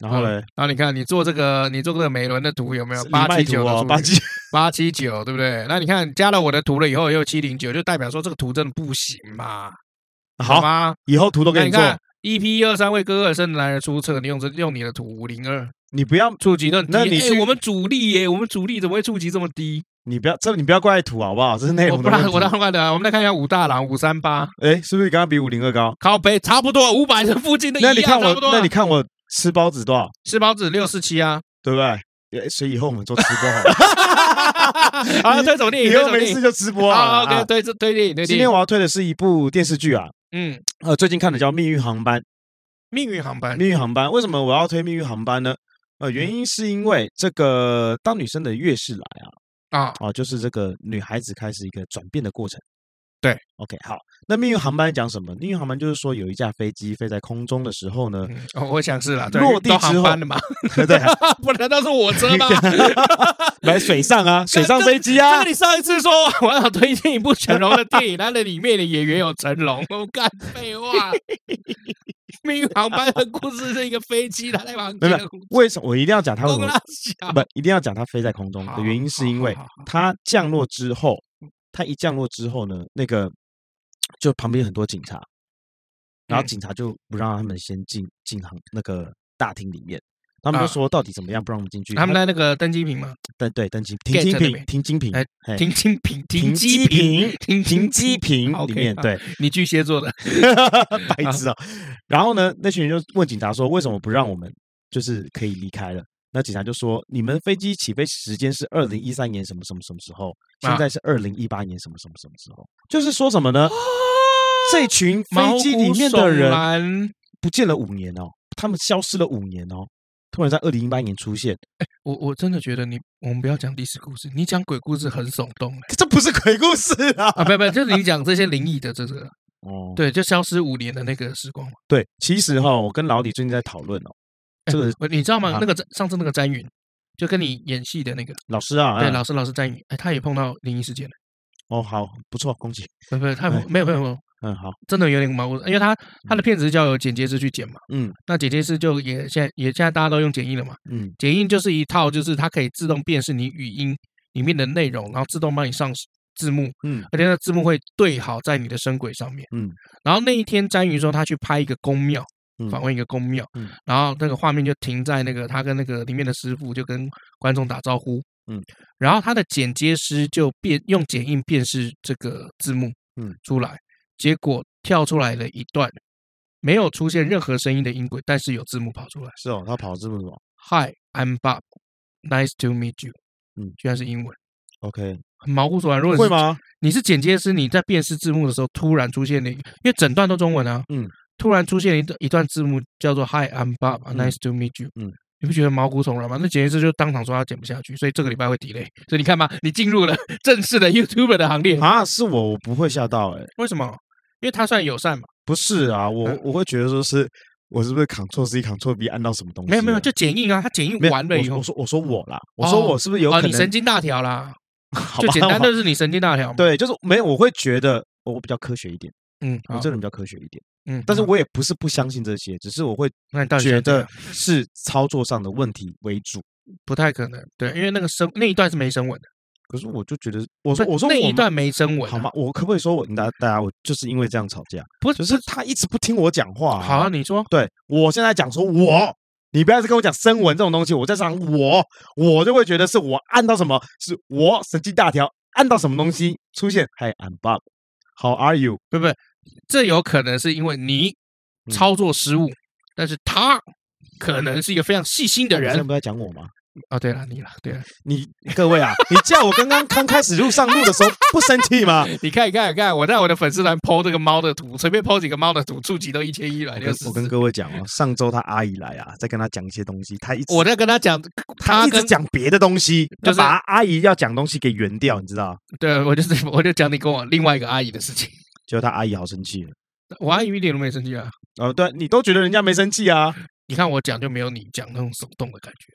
然后嘞，然后你看，你做这个，你做这个美轮的图有没有是八卖七图九哦，八七，八七九，对不对？那你看加了我的图了以后，又七零九，就代表说这个图真的不行嘛？ 好，吗？以后图都那给你你做，看 EP 二三为戈尔森来的出册，你用这用你的图五零二你不要触及的很低，那你哎去我们主力耶，我们主力怎么会触及这么低？你不要这你不要怪图好不好？这是内 我容的不然问我当题。然看的啊，我们来看一下武大郎五三八，哎，是不是刚刚比五零二高？靠北差不多五百的附近的一那样，你看差我不多，啊。那你看我吃包子多少，吃包子六四 七啊，对不对？哎所以以后我们做吃播 好了，啊，推手电影，以推后手没电事影，就吃播好好了，OK，啊。对，这推电影，推今电天影，我要推的是一部电视剧啊，嗯，呃，最近看的叫《命运航班》。命运航班，命运航班为什么我要推命运航班呢？呃，原嗯因是因为这个，当女生的月事来啊，啊，啊，就是这个女孩子开始一个转变的过程。对，OK，好。那命运航班讲什么？命运航班就是说，有一架飞机飞在空中的时候呢，嗯哦我想是啦，对落地都之航后班的嘛， 对啊，不难道是我车 吗？来水上啊，水上飞机 这啊个，你上一次说 我要推荐一部成龙的电影，它的里面的演员有成龙， 我干废 话。命运航班的故事是一个飞机，它在往没有没前空为什么我一定要讲它为什么拉小。不一定要讲它飞在空中的好原因，是好因为好好好它降落之后，它一降落之后呢，那个就旁边很多警察，然后嗯警察就不让他们先进进航那个大厅里面，他们啊就说到底怎么样不让我们进去？他们在那个登机坪嘛，对对登机停 get 机那坪边停机坪哎嘿停机坪，停机机坪，坪停停机哦坪。 坪好里，OK，面好对，你巨蟹座的， 白痴哦、然后呢，那群人就问警察说：“为什么不让我们就是可以离开了？”那警察就说：“你们飞机起飞时间是二零一三年什么什么什么时候，现啊在是二零一八年什么什么什么时候。”就是说什么呢？这群毛飞机里骨面悚的人然不见了五年哦，他们消失了五年哦，突然在二零一八年出现，我我真的觉得你，我们不要讲历史故事，你讲鬼故事很耸 动欸这不是鬼故事啊！啊！不不，就是你讲这些灵异的这个，哦，对，就消失五年的那个时光嘛。对，其实哈、我跟老李最近在讨论哦，哎这个我你知道吗啊？那个詹上次那个詹云，就跟你演戏的那个，老师啊，对，嗯老师老师詹云，哎，他也碰到灵异事件了。哦，好，不错，恭喜，不不，他哎没有没有没有，嗯，好，真的有点毛骨，因为他他的片子是叫有剪接师去剪嘛，嗯那剪接师就也现在也现在大家都用剪映了嘛，嗯，剪映就是一套，就是它可以自动辨识你语音里面的内容，然后自动帮你上字幕，嗯而且那字幕会对好在你的声轨上面。嗯，然后那一天詹宇说他去拍一个宫庙，嗯访问一个宫庙，嗯然后那个画面就停在那个他跟那个里面的师傅就跟观众打招呼，嗯，然后他的剪接师就辨用剪映辨识这个字幕，嗯，出来，结果跳出来了一段没有出现任何声音的音轨，但是有字幕跑出来。是哦，他跑这么多 Hi, I'm Bob. Nice to meet you. 嗯居然是英文， ，OK，很毛骨悚然。如果你会是？吗？你是剪接师，你在辨识字幕的时候突然出现了一个，因为整段都中文啊，嗯，突然出现一段一段字幕叫做 Hi, I'm Bob. 嗯 Nice to meet you. 嗯。你不觉得毛骨悚然吗？那剪接师就当场说他剪不下去，所以这个礼拜会 delay。所以你看嘛，你进入了 正式的 YouTuber 的行列，啊，是我，我不会吓到、欸，哎，为什么？因为他算友善嘛，不是啊，我嗯我会觉得说是我是不是 Ctrl C Ctrl V 按到什么东西了？没有没有，就剪映啊，他剪映没有完了以后我，说我说我说我啦，我说哦我是不是有哦，可你神能？经大条啦， 好就吧简单好吧就是你神经大条嘛。，对，就是没有，我会觉得我我比较科学一点，嗯，我好这个人比较科学一点，嗯，但是好我也不是不相信这些，只是我会那你到底觉想怎得样是操作上的问题为主。不太可能，对，因为那个声那一段是没声纹的，可是我就觉得，我说不我说那我一们段没声纹啊，好吗？我可不可以说我大大家我就是因为这样吵架？不就是是他一直不听我讲话、好啊，你说对我现在讲说我，你不要再跟我讲声纹这种东西，我在讲我，我就会觉得是我按到什么，是我神经大条按到什么东西出现。Hi, I'm Bob. How are you? 不不，这有可能是因为你嗯操作失误，但是他可能是一个非常细心的你现在人不在讲我吗？啊。对了，你了，对了，你各位啊，你叫我刚刚刚开始路上路的时候不生气吗？ 你看，你看，你看，我在我的粉丝团 PO 这个猫的图，随便 PO 几个猫的图，触及都一千一百我六跟十。我跟各位讲哦，上周他阿姨来啊，在跟他讲一些东西，他一直我在跟他讲，他他一直跟讲别的东西，就就是把阿姨要讲东西给圆掉，你知道？对我就是我就讲你跟我另外一个阿姨的事情，结果他阿姨好生气了。我阿姨一点都没生气啊。哦，对你都觉得人家没生气啊？你看我讲就没有你讲那种手动的感觉，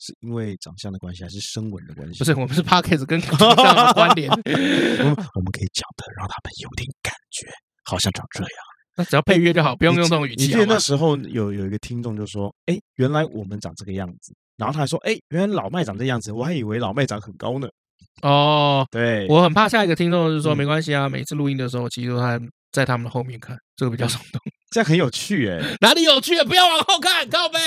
是因为长相的关系，还是声纹的关系？不是，我们是 podcast 跟 图像的关联，我们 我们可以讲的让他们有点感觉，好像长这样。那只要配乐就好，不用用这种语哎你气记好得吗那？时候有有一个听众就说：“哎，原来我们长这个样子。”然后他还说：“哎，原来老麦长这样子，我还以为老麦长很高呢。哦，”对，我很怕下一个听众就是说嗯没关系啊，每次录音的时候其实都在在他们的后面看，这个比较手动。 这样很有趣哎、哪里有趣？不要往后看，靠背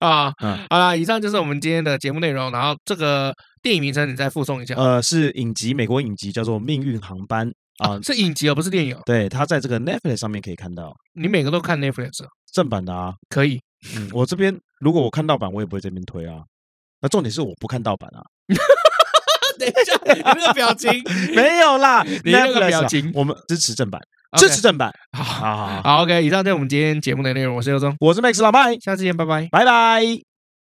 啊！嗯好啦，以上就是我们今天的节目内容。然后这个电影名称你再附送一下，呃，是影集，美国影集叫做《命运航班》啊、是影集而不是电影哦。对，它在这个 Netflix 上面可以看到你每个都看 Netflix 哦正版的啊。可以？嗯，我这边如果我看盗版，我也不会这边推啊。那重点是我不看盗版啊， 等一下，你那个 表情，没有啦你那个 Netflix 表啊情我们支持正版 OK，支持正版。好好好好，好 OK。以上就是我们今天节目的内容，我是刘忠，我是 Max 老麦，下次见，拜拜。拜拜。